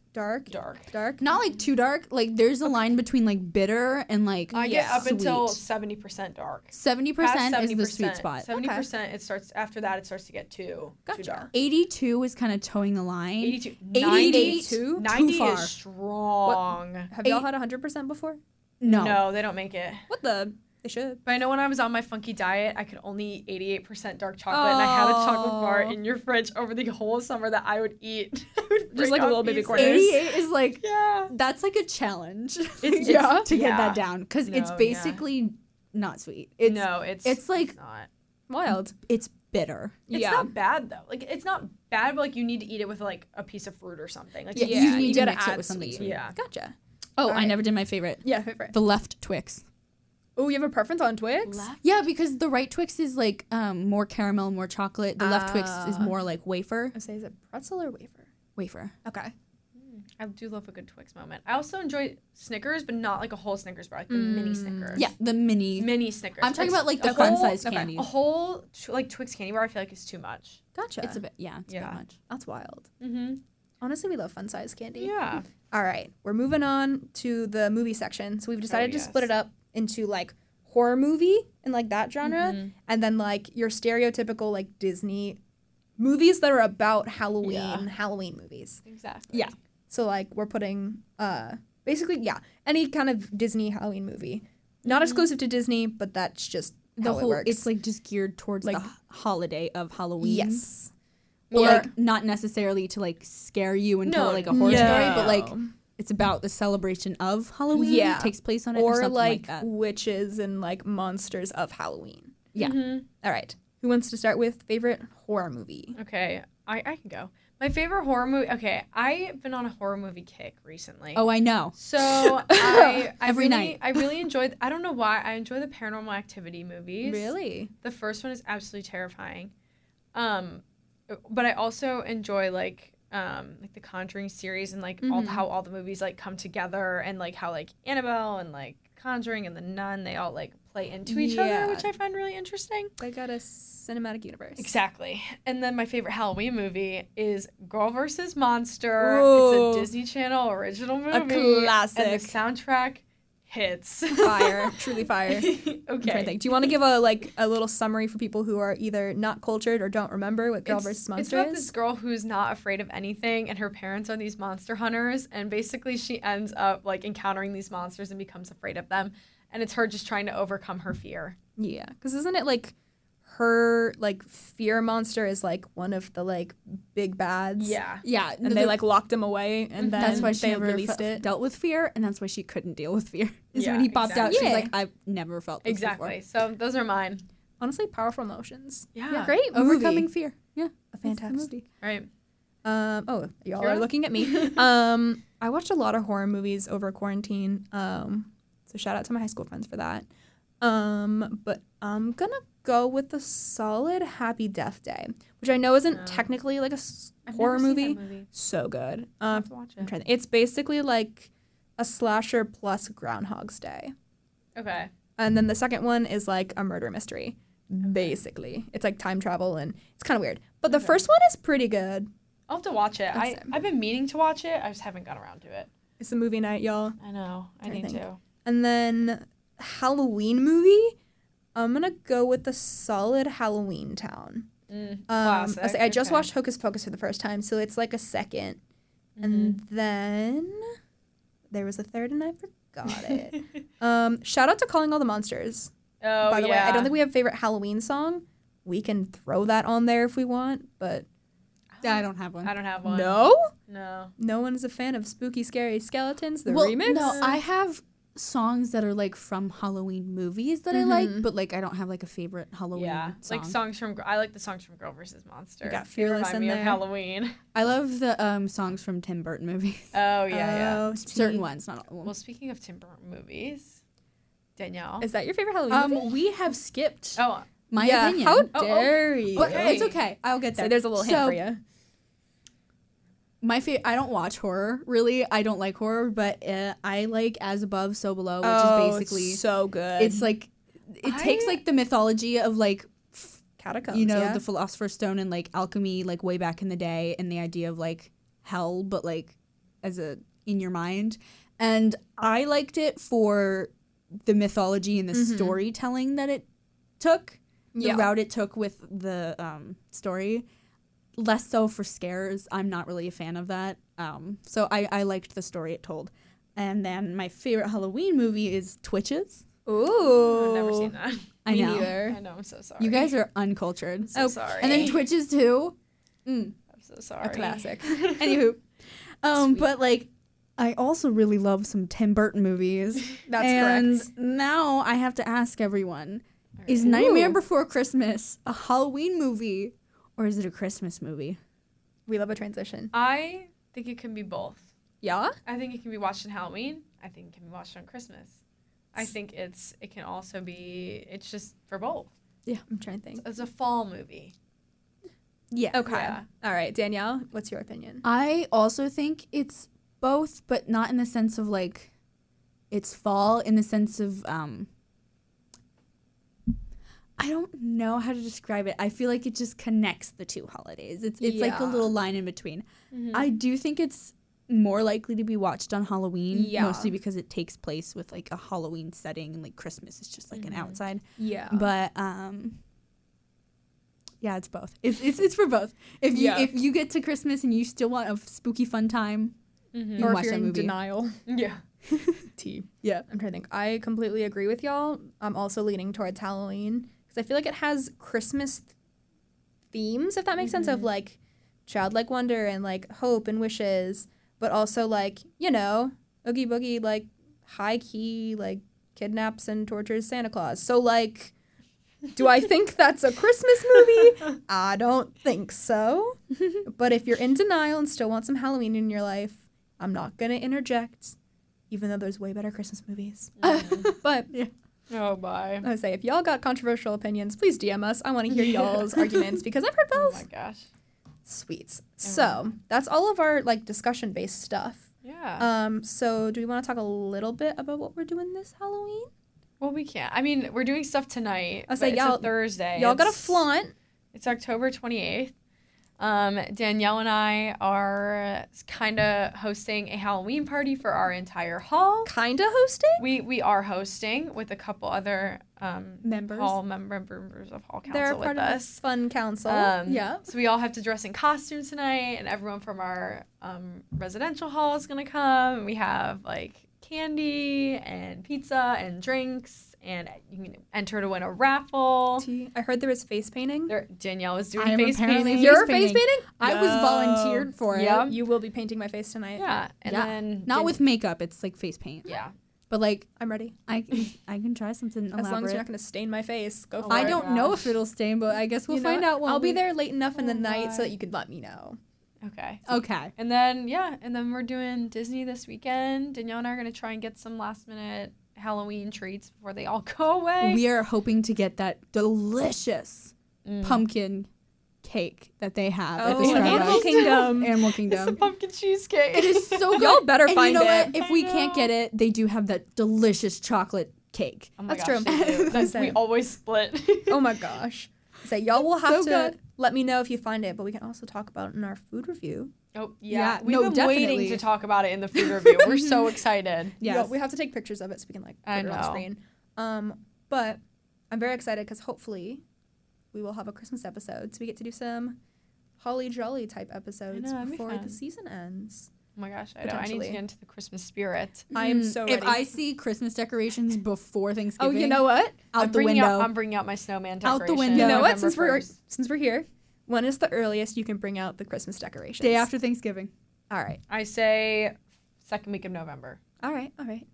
[SPEAKER 2] dark.
[SPEAKER 1] dark.
[SPEAKER 2] Dark.
[SPEAKER 3] Not like too dark. Like there's a line between like bitter and like
[SPEAKER 1] I get
[SPEAKER 2] Yeah.
[SPEAKER 1] up until
[SPEAKER 3] sweet.
[SPEAKER 1] seventy percent dark.
[SPEAKER 3] seventy percent is the sweet spot.
[SPEAKER 1] Seventy percent. It starts after that. It starts to get too
[SPEAKER 2] Gotcha.
[SPEAKER 1] too dark.
[SPEAKER 3] Eighty-two is kind of towing the line.
[SPEAKER 1] 82,
[SPEAKER 3] 88,
[SPEAKER 1] 92,
[SPEAKER 3] too
[SPEAKER 1] 90
[SPEAKER 3] far.
[SPEAKER 1] is strong.
[SPEAKER 2] Have y'all
[SPEAKER 3] Eight-
[SPEAKER 2] had 100% before?
[SPEAKER 3] No.
[SPEAKER 1] No, they don't make it.
[SPEAKER 2] What the? They should.
[SPEAKER 1] But I know when I was on my funky diet, I could only eat eighty-eight percent dark chocolate, and I had a chocolate bar
[SPEAKER 2] Oh.
[SPEAKER 1] in your fridge over the whole summer that I would eat. [laughs] I would break
[SPEAKER 2] like a
[SPEAKER 1] off
[SPEAKER 2] little baby
[SPEAKER 1] pieces.
[SPEAKER 2] corners.
[SPEAKER 3] Eighty-eight is like
[SPEAKER 1] Yeah.
[SPEAKER 3] that's like a challenge. [laughs]
[SPEAKER 1] It's-
[SPEAKER 3] yeah.
[SPEAKER 1] it's-
[SPEAKER 3] to get
[SPEAKER 1] yeah.
[SPEAKER 3] that down because it's
[SPEAKER 1] No, yeah.
[SPEAKER 3] basically not sweet. It's
[SPEAKER 1] no, it's
[SPEAKER 3] it's like-
[SPEAKER 1] not.
[SPEAKER 2] Wild.
[SPEAKER 3] it's bitter.
[SPEAKER 1] It's
[SPEAKER 2] yeah.
[SPEAKER 1] not bad though. Like it's not bad, but like you need to eat it with like a piece of fruit or something. Like
[SPEAKER 3] Yeah,
[SPEAKER 1] you-
[SPEAKER 2] yeah,
[SPEAKER 3] you
[SPEAKER 2] you
[SPEAKER 3] need to
[SPEAKER 2] gotta
[SPEAKER 3] mix
[SPEAKER 2] add
[SPEAKER 3] it with something
[SPEAKER 2] sweet.
[SPEAKER 3] sweet.
[SPEAKER 1] yeah.
[SPEAKER 2] Gotcha.
[SPEAKER 3] Oh, I
[SPEAKER 2] Alright.
[SPEAKER 3] never did my favorite.
[SPEAKER 2] Yeah, favorite.
[SPEAKER 3] The left Twix.
[SPEAKER 2] Oh, you have a preference on Twix?
[SPEAKER 3] Yeah, because the right Twix is like um, more caramel, more chocolate. The left Twix is
[SPEAKER 2] Ah.
[SPEAKER 3] more like wafer.
[SPEAKER 2] I say, is it pretzel or wafer?
[SPEAKER 3] Wafer.
[SPEAKER 2] Okay.
[SPEAKER 1] I do love a good Twix moment. I also enjoy Snickers, but not like a whole Snickers bar, like the mini Snickers.
[SPEAKER 3] Mm. Yeah, the mini.
[SPEAKER 1] mini Snickers.
[SPEAKER 3] I'm talking
[SPEAKER 1] It's
[SPEAKER 3] about like the
[SPEAKER 1] a whole-
[SPEAKER 3] fun sized
[SPEAKER 2] okay. Oh,
[SPEAKER 3] candies.
[SPEAKER 1] A whole tw- like Twix candy bar, I feel like is too much.
[SPEAKER 2] Gotcha.
[SPEAKER 3] It's a bit, yeah, it's a
[SPEAKER 1] Yeah.
[SPEAKER 3] bit much.
[SPEAKER 2] That's wild.
[SPEAKER 1] Mm-hmm.
[SPEAKER 2] Honestly, we love fun size candy.
[SPEAKER 1] Yeah.
[SPEAKER 2] All right, we're moving on to the movie section. So we've decided to
[SPEAKER 1] yes.
[SPEAKER 2] split it up into like horror movie and like that
[SPEAKER 1] Mm-hmm.
[SPEAKER 2] genre, and then like your stereotypical like Disney movies that are about Halloween,
[SPEAKER 1] Yeah.
[SPEAKER 2] Halloween movies.
[SPEAKER 1] Exactly.
[SPEAKER 3] Yeah.
[SPEAKER 2] So like we're putting uh basically yeah, any kind of Disney Halloween movie. Not exclusive to Disney, but that's just
[SPEAKER 3] The
[SPEAKER 2] how
[SPEAKER 3] whole,
[SPEAKER 2] it works.
[SPEAKER 3] it's like just geared towards
[SPEAKER 2] Like-
[SPEAKER 3] the h- holiday of Halloween.
[SPEAKER 2] yes.
[SPEAKER 3] Or,
[SPEAKER 2] Yeah.
[SPEAKER 3] like not necessarily to like scare you and tell
[SPEAKER 1] No,
[SPEAKER 3] like a horror story, but like
[SPEAKER 2] No.
[SPEAKER 3] it's about the celebration of Halloween.
[SPEAKER 2] Yeah.
[SPEAKER 3] It takes place on it or,
[SPEAKER 2] or
[SPEAKER 3] something
[SPEAKER 2] like,
[SPEAKER 3] like, that.
[SPEAKER 2] witches and like monsters of Halloween.
[SPEAKER 3] Yeah.
[SPEAKER 1] mm-hmm.
[SPEAKER 2] All right. Who wants to start with favorite horror movie?
[SPEAKER 1] Okay. I I can go. My favorite horror movie. Okay, I've been on a horror movie kick recently.
[SPEAKER 3] Oh, I know.
[SPEAKER 1] So I, I
[SPEAKER 3] Every
[SPEAKER 1] really,
[SPEAKER 3] night.
[SPEAKER 1] I really enjoyed. I don't know why I enjoy the Paranormal Activity movies.
[SPEAKER 2] Really?
[SPEAKER 1] The first one is absolutely terrifying. Um, but I also enjoy like um like the Conjuring series and like all
[SPEAKER 2] Mhm.
[SPEAKER 1] how all the movies like come together and like how like Annabelle and like Conjuring and the Nun they all like play into each
[SPEAKER 2] Yeah.
[SPEAKER 1] other, which I find really interesting.
[SPEAKER 2] They got a cinematic universe.
[SPEAKER 1] Exactly. And then my favorite Halloween movie is Girl vs. Monster.
[SPEAKER 2] Ooh.
[SPEAKER 1] It's a Disney Channel original movie. And
[SPEAKER 2] classic.
[SPEAKER 1] the soundtrack hits. [laughs]
[SPEAKER 2] [laughs] Fire, truly fire. I'm trying to
[SPEAKER 1] okay.
[SPEAKER 2] think. Do you want to give a like a little summary for people who are either not cultured or don't remember what Girl vs.
[SPEAKER 1] it's
[SPEAKER 2] Monster
[SPEAKER 1] about
[SPEAKER 2] is?
[SPEAKER 1] this girl who's not afraid of anything, and her parents are these monster hunters. And basically, she ends up like encountering these monsters and becomes afraid of them. And it's her just trying to overcome her fear.
[SPEAKER 2] Yeah, because isn't it like her like fear monster is like one of the like big bads?
[SPEAKER 1] Yeah. Mm-hmm.
[SPEAKER 3] Yeah.
[SPEAKER 2] and they like locked him away, and then
[SPEAKER 3] that's why she
[SPEAKER 2] they
[SPEAKER 3] never
[SPEAKER 2] released
[SPEAKER 3] fe-
[SPEAKER 2] it.
[SPEAKER 3] dealt with fear, and that's why she couldn't deal with fear. [laughs] Is
[SPEAKER 1] Yeah,
[SPEAKER 3] when he popped out,
[SPEAKER 2] exactly.
[SPEAKER 3] she's
[SPEAKER 2] Yeah.
[SPEAKER 3] like, "I've never felt this
[SPEAKER 1] Exactly. So those are mine.
[SPEAKER 2] Honestly, powerful emotions.
[SPEAKER 1] Yeah.
[SPEAKER 2] Great
[SPEAKER 3] before." overcoming
[SPEAKER 2] movie.
[SPEAKER 3] fear." Yeah,
[SPEAKER 2] A
[SPEAKER 3] that's the
[SPEAKER 2] fantastic.
[SPEAKER 3] movie.
[SPEAKER 1] All right.
[SPEAKER 2] Um, oh, y'all
[SPEAKER 1] You're
[SPEAKER 2] are
[SPEAKER 1] up.
[SPEAKER 2] looking at me. um, I watched a lot of horror movies over quarantine. Um, so shout out to my high school friends for that. Um, but I'm gonna go with the solid Happy Death Day, which I know isn't
[SPEAKER 1] No.
[SPEAKER 2] technically like a s-
[SPEAKER 3] I've
[SPEAKER 2] horror
[SPEAKER 3] never
[SPEAKER 2] movie.
[SPEAKER 3] seen that movie.
[SPEAKER 2] So good.
[SPEAKER 1] I
[SPEAKER 2] Uh,
[SPEAKER 1] have to watch
[SPEAKER 2] I'm
[SPEAKER 1] it.
[SPEAKER 2] trying to- it's basically like a slasher plus Groundhog's Day.
[SPEAKER 1] Okay.
[SPEAKER 2] And then the second one is like a murder mystery, basically. It's like time travel and it's kind of weird. But the
[SPEAKER 1] Okay.
[SPEAKER 2] first one is pretty good.
[SPEAKER 1] I'll have to watch it. I,
[SPEAKER 2] Awesome.
[SPEAKER 1] I've been meaning to watch it. I just haven't gotten around to it.
[SPEAKER 2] It's a movie night, y'all.
[SPEAKER 1] I know. I
[SPEAKER 2] Trying to
[SPEAKER 1] need
[SPEAKER 2] think.
[SPEAKER 1] to.
[SPEAKER 2] And then Halloween movie. I'm gonna go with the solid Halloween Town.
[SPEAKER 1] Mm,
[SPEAKER 2] Um, I,
[SPEAKER 1] classic.
[SPEAKER 2] was like, I just
[SPEAKER 1] Okay.
[SPEAKER 2] watched Hocus Pocus for the first time, so it's like a 2nd
[SPEAKER 1] Mm-hmm.
[SPEAKER 2] And then there was a third, and I
[SPEAKER 1] [laughs]
[SPEAKER 2] forgot it. um, shout out to Calling All the Monsters.
[SPEAKER 1] oh,
[SPEAKER 2] by the way, I
[SPEAKER 1] yeah.
[SPEAKER 2] don't think we have favorite Halloween song. We can throw that on there if we want, but
[SPEAKER 3] I don't have one.
[SPEAKER 1] I don't have one.
[SPEAKER 2] no,
[SPEAKER 1] No.
[SPEAKER 2] no one's a fan of spooky, scary skeletons. The
[SPEAKER 3] well,
[SPEAKER 2] remix.
[SPEAKER 3] No, I have songs that are like from Halloween movies that I
[SPEAKER 2] Mhm.
[SPEAKER 3] like, but like I don't have like a favorite Halloween
[SPEAKER 1] Yeah.
[SPEAKER 3] song.
[SPEAKER 1] Like songs from. Gr- I like the songs from Girl versus Monster.
[SPEAKER 2] We got
[SPEAKER 1] They
[SPEAKER 2] Fearless
[SPEAKER 1] remind
[SPEAKER 2] in
[SPEAKER 1] me
[SPEAKER 2] there.
[SPEAKER 1] of Halloween. [laughs]
[SPEAKER 3] I love the um, songs from Tim Burton movies. [laughs]
[SPEAKER 1] Oh yeah, yeah.
[SPEAKER 2] Oh,
[SPEAKER 3] Certain
[SPEAKER 2] sweet.
[SPEAKER 3] ones, not
[SPEAKER 2] Oh.
[SPEAKER 3] all.
[SPEAKER 1] Well,
[SPEAKER 3] Of
[SPEAKER 1] speaking of Tim Burton movies, Danielle.
[SPEAKER 2] Is that your favorite Halloween?
[SPEAKER 3] them.
[SPEAKER 2] movie?
[SPEAKER 3] Um, we have skipped
[SPEAKER 1] oh,
[SPEAKER 3] my
[SPEAKER 2] yeah,
[SPEAKER 3] opinion.
[SPEAKER 2] How
[SPEAKER 1] Oh, okay.
[SPEAKER 2] dare you?
[SPEAKER 3] But
[SPEAKER 1] Okay.
[SPEAKER 3] it's okay. I'll get there.
[SPEAKER 2] So there's a little hint
[SPEAKER 3] So,
[SPEAKER 2] for you.
[SPEAKER 3] My favorite. I don't watch horror really. I don't like horror, but uh, I like As Above, So Below, which is basically it's,
[SPEAKER 2] Oh, so good.
[SPEAKER 3] like it
[SPEAKER 1] I-
[SPEAKER 3] takes like the mythology of like
[SPEAKER 2] catacombs.
[SPEAKER 3] you know
[SPEAKER 2] yeah?
[SPEAKER 3] the philosopher's stone and like alchemy like way back in the day and the idea of like hell but like as a in your mind and i liked it for the mythology and the
[SPEAKER 2] Mhm.
[SPEAKER 3] storytelling that it took the
[SPEAKER 2] yeah.
[SPEAKER 3] route it took with the um, story less so for scares i'm not really a fan of that um, so I, I liked the story it told and then my favorite halloween movie is twitches
[SPEAKER 2] Ooh,
[SPEAKER 1] Oh, I've never seen that.
[SPEAKER 3] i
[SPEAKER 2] Me
[SPEAKER 3] know
[SPEAKER 1] I
[SPEAKER 2] neither.
[SPEAKER 1] know. I'm so sorry.
[SPEAKER 3] you guys are uncultured
[SPEAKER 1] I'm so
[SPEAKER 2] Oh,
[SPEAKER 1] sorry.
[SPEAKER 3] and then twitches too mm.
[SPEAKER 1] I'm so sorry.
[SPEAKER 3] [laughs]
[SPEAKER 2] classic.
[SPEAKER 3] Anywho, um,
[SPEAKER 2] Sweet.
[SPEAKER 3] but like, I also really love some Tim Burton [laughs] movies.
[SPEAKER 2] That's
[SPEAKER 3] and
[SPEAKER 2] correct.
[SPEAKER 3] now I have to ask everyone:
[SPEAKER 1] All
[SPEAKER 3] Is
[SPEAKER 1] right.
[SPEAKER 3] Nightmare
[SPEAKER 2] Ooh.
[SPEAKER 3] Before Christmas a Halloween movie, or is it a Christmas movie?
[SPEAKER 2] We love a transition.
[SPEAKER 1] I think it can be both.
[SPEAKER 2] Yeah.
[SPEAKER 1] I think it can be watched on Halloween. I think it can be watched on Christmas. I think it's it can also be it's just for both.
[SPEAKER 2] I'm trying to think.
[SPEAKER 1] It's a fall movie.
[SPEAKER 3] Yeah.
[SPEAKER 2] Okay.
[SPEAKER 1] Yeah.
[SPEAKER 2] All right, Danielle, what's your opinion?
[SPEAKER 3] I also think it's both, but not in the sense of like it's fall, in the sense of um I don't know how to describe it. I feel like it just connects the two holidays. It's it's like a
[SPEAKER 2] Yeah.
[SPEAKER 3] little line in between.
[SPEAKER 2] Mm-hmm.
[SPEAKER 3] I do think it's more likely to be watched on Halloween,
[SPEAKER 2] Yeah.
[SPEAKER 3] mostly because it takes place with like a Halloween setting and like Christmas is just like
[SPEAKER 1] Mhm.
[SPEAKER 3] an outside.
[SPEAKER 2] Mm-hmm. Yeah.
[SPEAKER 3] But um yeah, it's both. It's it's, it's for both. If you
[SPEAKER 2] Yeah.
[SPEAKER 3] if you get to Christmas and you still want a spooky fun time,
[SPEAKER 1] Mm-hmm.
[SPEAKER 3] you
[SPEAKER 2] or if
[SPEAKER 3] watch
[SPEAKER 2] you're
[SPEAKER 3] that
[SPEAKER 2] in
[SPEAKER 3] movie.
[SPEAKER 2] denial.
[SPEAKER 1] [laughs] Yeah.
[SPEAKER 2] T.
[SPEAKER 3] Yeah.
[SPEAKER 2] I'm trying to think. I completely agree with y'all. I'm also leaning towards Halloween because I feel like it has Christmas th- themes, if that makes sense, of
[SPEAKER 1] Mhm.
[SPEAKER 2] like childlike wonder and like hope and wishes, but also like, you know, Oogie Boogie, like high key, like kidnaps and tortures Santa Claus. So, like, do I think that's a Christmas movie? I don't think so. But if you're in denial and still want some Halloween in your life, I'm not going to interject, even though there's way better Christmas movies. [laughs] But
[SPEAKER 1] oh bye.
[SPEAKER 2] I would say, if y'all got controversial opinions, please DM us. I want [laughs] to hear y'all's arguments because I've heard
[SPEAKER 1] Oh
[SPEAKER 2] both.
[SPEAKER 1] my gosh.
[SPEAKER 2] Sweet. So that's all of our like discussion based stuff.
[SPEAKER 1] Yeah.
[SPEAKER 2] Um, so do we want to talk a little bit about what we're doing this Halloween?
[SPEAKER 1] well, we can't. I mean, we're doing stuff tonight.
[SPEAKER 2] I was
[SPEAKER 1] but
[SPEAKER 2] like,
[SPEAKER 1] it's a
[SPEAKER 2] y'all-
[SPEAKER 1] Thursday.
[SPEAKER 2] Y'all got to
[SPEAKER 1] It's-
[SPEAKER 2] flaunt.
[SPEAKER 1] It's October 28th. Um, Danielle and I are kind of hosting a Halloween party for our entire hall.
[SPEAKER 2] Kinda hosting.
[SPEAKER 1] We we are hosting with a couple other um,
[SPEAKER 3] Members.
[SPEAKER 1] hall mem- members of hall council
[SPEAKER 2] They're
[SPEAKER 1] with
[SPEAKER 2] part of
[SPEAKER 1] us.
[SPEAKER 2] the fun council.
[SPEAKER 1] Um,
[SPEAKER 2] yeah.
[SPEAKER 1] So we all have to dress in costume tonight, and everyone from our um, residential hall is gonna come. and We have like candy and pizza and drinks, and you can enter to win a raffle.
[SPEAKER 2] Tea. I heard there was face painting.
[SPEAKER 1] There, Danielle is doing
[SPEAKER 3] I am
[SPEAKER 1] face
[SPEAKER 3] apparently-
[SPEAKER 1] painting.
[SPEAKER 2] Your face
[SPEAKER 3] painting.
[SPEAKER 2] painting?
[SPEAKER 3] I was volunteered for it.
[SPEAKER 1] Yeah.
[SPEAKER 2] You will be painting my face tonight.
[SPEAKER 1] Yeah, and
[SPEAKER 3] Yeah.
[SPEAKER 1] then
[SPEAKER 3] Not
[SPEAKER 1] Dan-
[SPEAKER 3] with makeup. It's like face paint.
[SPEAKER 1] yeah.
[SPEAKER 3] But like
[SPEAKER 2] I'm ready.
[SPEAKER 3] I I can try something elaborate.
[SPEAKER 2] As long as you're not going to stain my face, go
[SPEAKER 1] Oh
[SPEAKER 2] for
[SPEAKER 1] my
[SPEAKER 2] it.
[SPEAKER 3] I don't know
[SPEAKER 1] gosh.
[SPEAKER 3] if it'll stain, but I guess we'll
[SPEAKER 2] You know
[SPEAKER 3] find
[SPEAKER 2] what?
[SPEAKER 3] out when
[SPEAKER 2] I'll be
[SPEAKER 3] we-
[SPEAKER 2] there late enough in the
[SPEAKER 1] Oh
[SPEAKER 2] night so
[SPEAKER 1] my.
[SPEAKER 2] that you could let me know.
[SPEAKER 1] Okay.
[SPEAKER 3] Okay.
[SPEAKER 1] And then yeah, and then we're doing Disney this weekend. Danielle and I are gonna try and get some last minute Halloween treats before they all [laughs] go away.
[SPEAKER 3] We are hoping to get that delicious
[SPEAKER 1] Mm.
[SPEAKER 3] pumpkin cake that that they have at the
[SPEAKER 2] Oh,
[SPEAKER 1] Starbucks.
[SPEAKER 2] Animal Kingdom. [laughs]
[SPEAKER 3] Animal
[SPEAKER 1] It's the
[SPEAKER 3] Kingdom.
[SPEAKER 1] pumpkin cheesecake.
[SPEAKER 3] It
[SPEAKER 1] [laughs]
[SPEAKER 3] is so good.
[SPEAKER 2] Y'all better
[SPEAKER 3] and
[SPEAKER 2] find
[SPEAKER 3] you know
[SPEAKER 2] it.
[SPEAKER 3] What? If
[SPEAKER 1] I
[SPEAKER 3] we can't
[SPEAKER 1] know.
[SPEAKER 3] get it, they do have that delicious chocolate cake.
[SPEAKER 1] Oh my
[SPEAKER 2] That's
[SPEAKER 1] gosh,
[SPEAKER 2] true.
[SPEAKER 1] they do. That's- [laughs] we
[SPEAKER 2] Listen.
[SPEAKER 1] always split. [laughs]
[SPEAKER 2] Oh my gosh. So y'all will
[SPEAKER 3] so
[SPEAKER 2] have to
[SPEAKER 3] good.
[SPEAKER 2] let me know if you find it, but we can also talk about it in our food review.
[SPEAKER 1] Oh
[SPEAKER 3] Yeah,
[SPEAKER 1] yeah, we've
[SPEAKER 3] no,
[SPEAKER 1] been waiting
[SPEAKER 3] definitely.
[SPEAKER 1] to talk about it in the food review. We're so excited.
[SPEAKER 2] Yeah,
[SPEAKER 3] Yes.
[SPEAKER 2] we have to take pictures of it so we can like put
[SPEAKER 1] I
[SPEAKER 2] it on
[SPEAKER 1] know.
[SPEAKER 2] screen. Um, but I'm very excited because hopefully we will have a Christmas episode, so we get to do some holly jolly type episodes
[SPEAKER 1] know, that'd be
[SPEAKER 2] before the
[SPEAKER 1] fun.
[SPEAKER 2] season ends.
[SPEAKER 1] Oh my gosh, I, know, I need to
[SPEAKER 2] Potentially.
[SPEAKER 1] get into the Christmas spirit.
[SPEAKER 2] I am
[SPEAKER 3] Mm,
[SPEAKER 2] so
[SPEAKER 3] If
[SPEAKER 2] ready.
[SPEAKER 3] I see Christmas decorations before
[SPEAKER 2] Oh,
[SPEAKER 3] Thanksgiving,
[SPEAKER 2] you know what?
[SPEAKER 3] out
[SPEAKER 1] I'm
[SPEAKER 3] the
[SPEAKER 1] bringing
[SPEAKER 3] window.
[SPEAKER 1] Out, I'm bringing out my snowman
[SPEAKER 3] Out
[SPEAKER 1] decoration.
[SPEAKER 3] the window.
[SPEAKER 2] You know what?
[SPEAKER 1] November
[SPEAKER 2] Since we're
[SPEAKER 1] 1st.
[SPEAKER 2] since we're here, when is the earliest you can bring out the Christmas decorations?
[SPEAKER 3] Day after Thanksgiving.
[SPEAKER 2] All right.
[SPEAKER 1] I say second week of November.
[SPEAKER 2] All right. All right.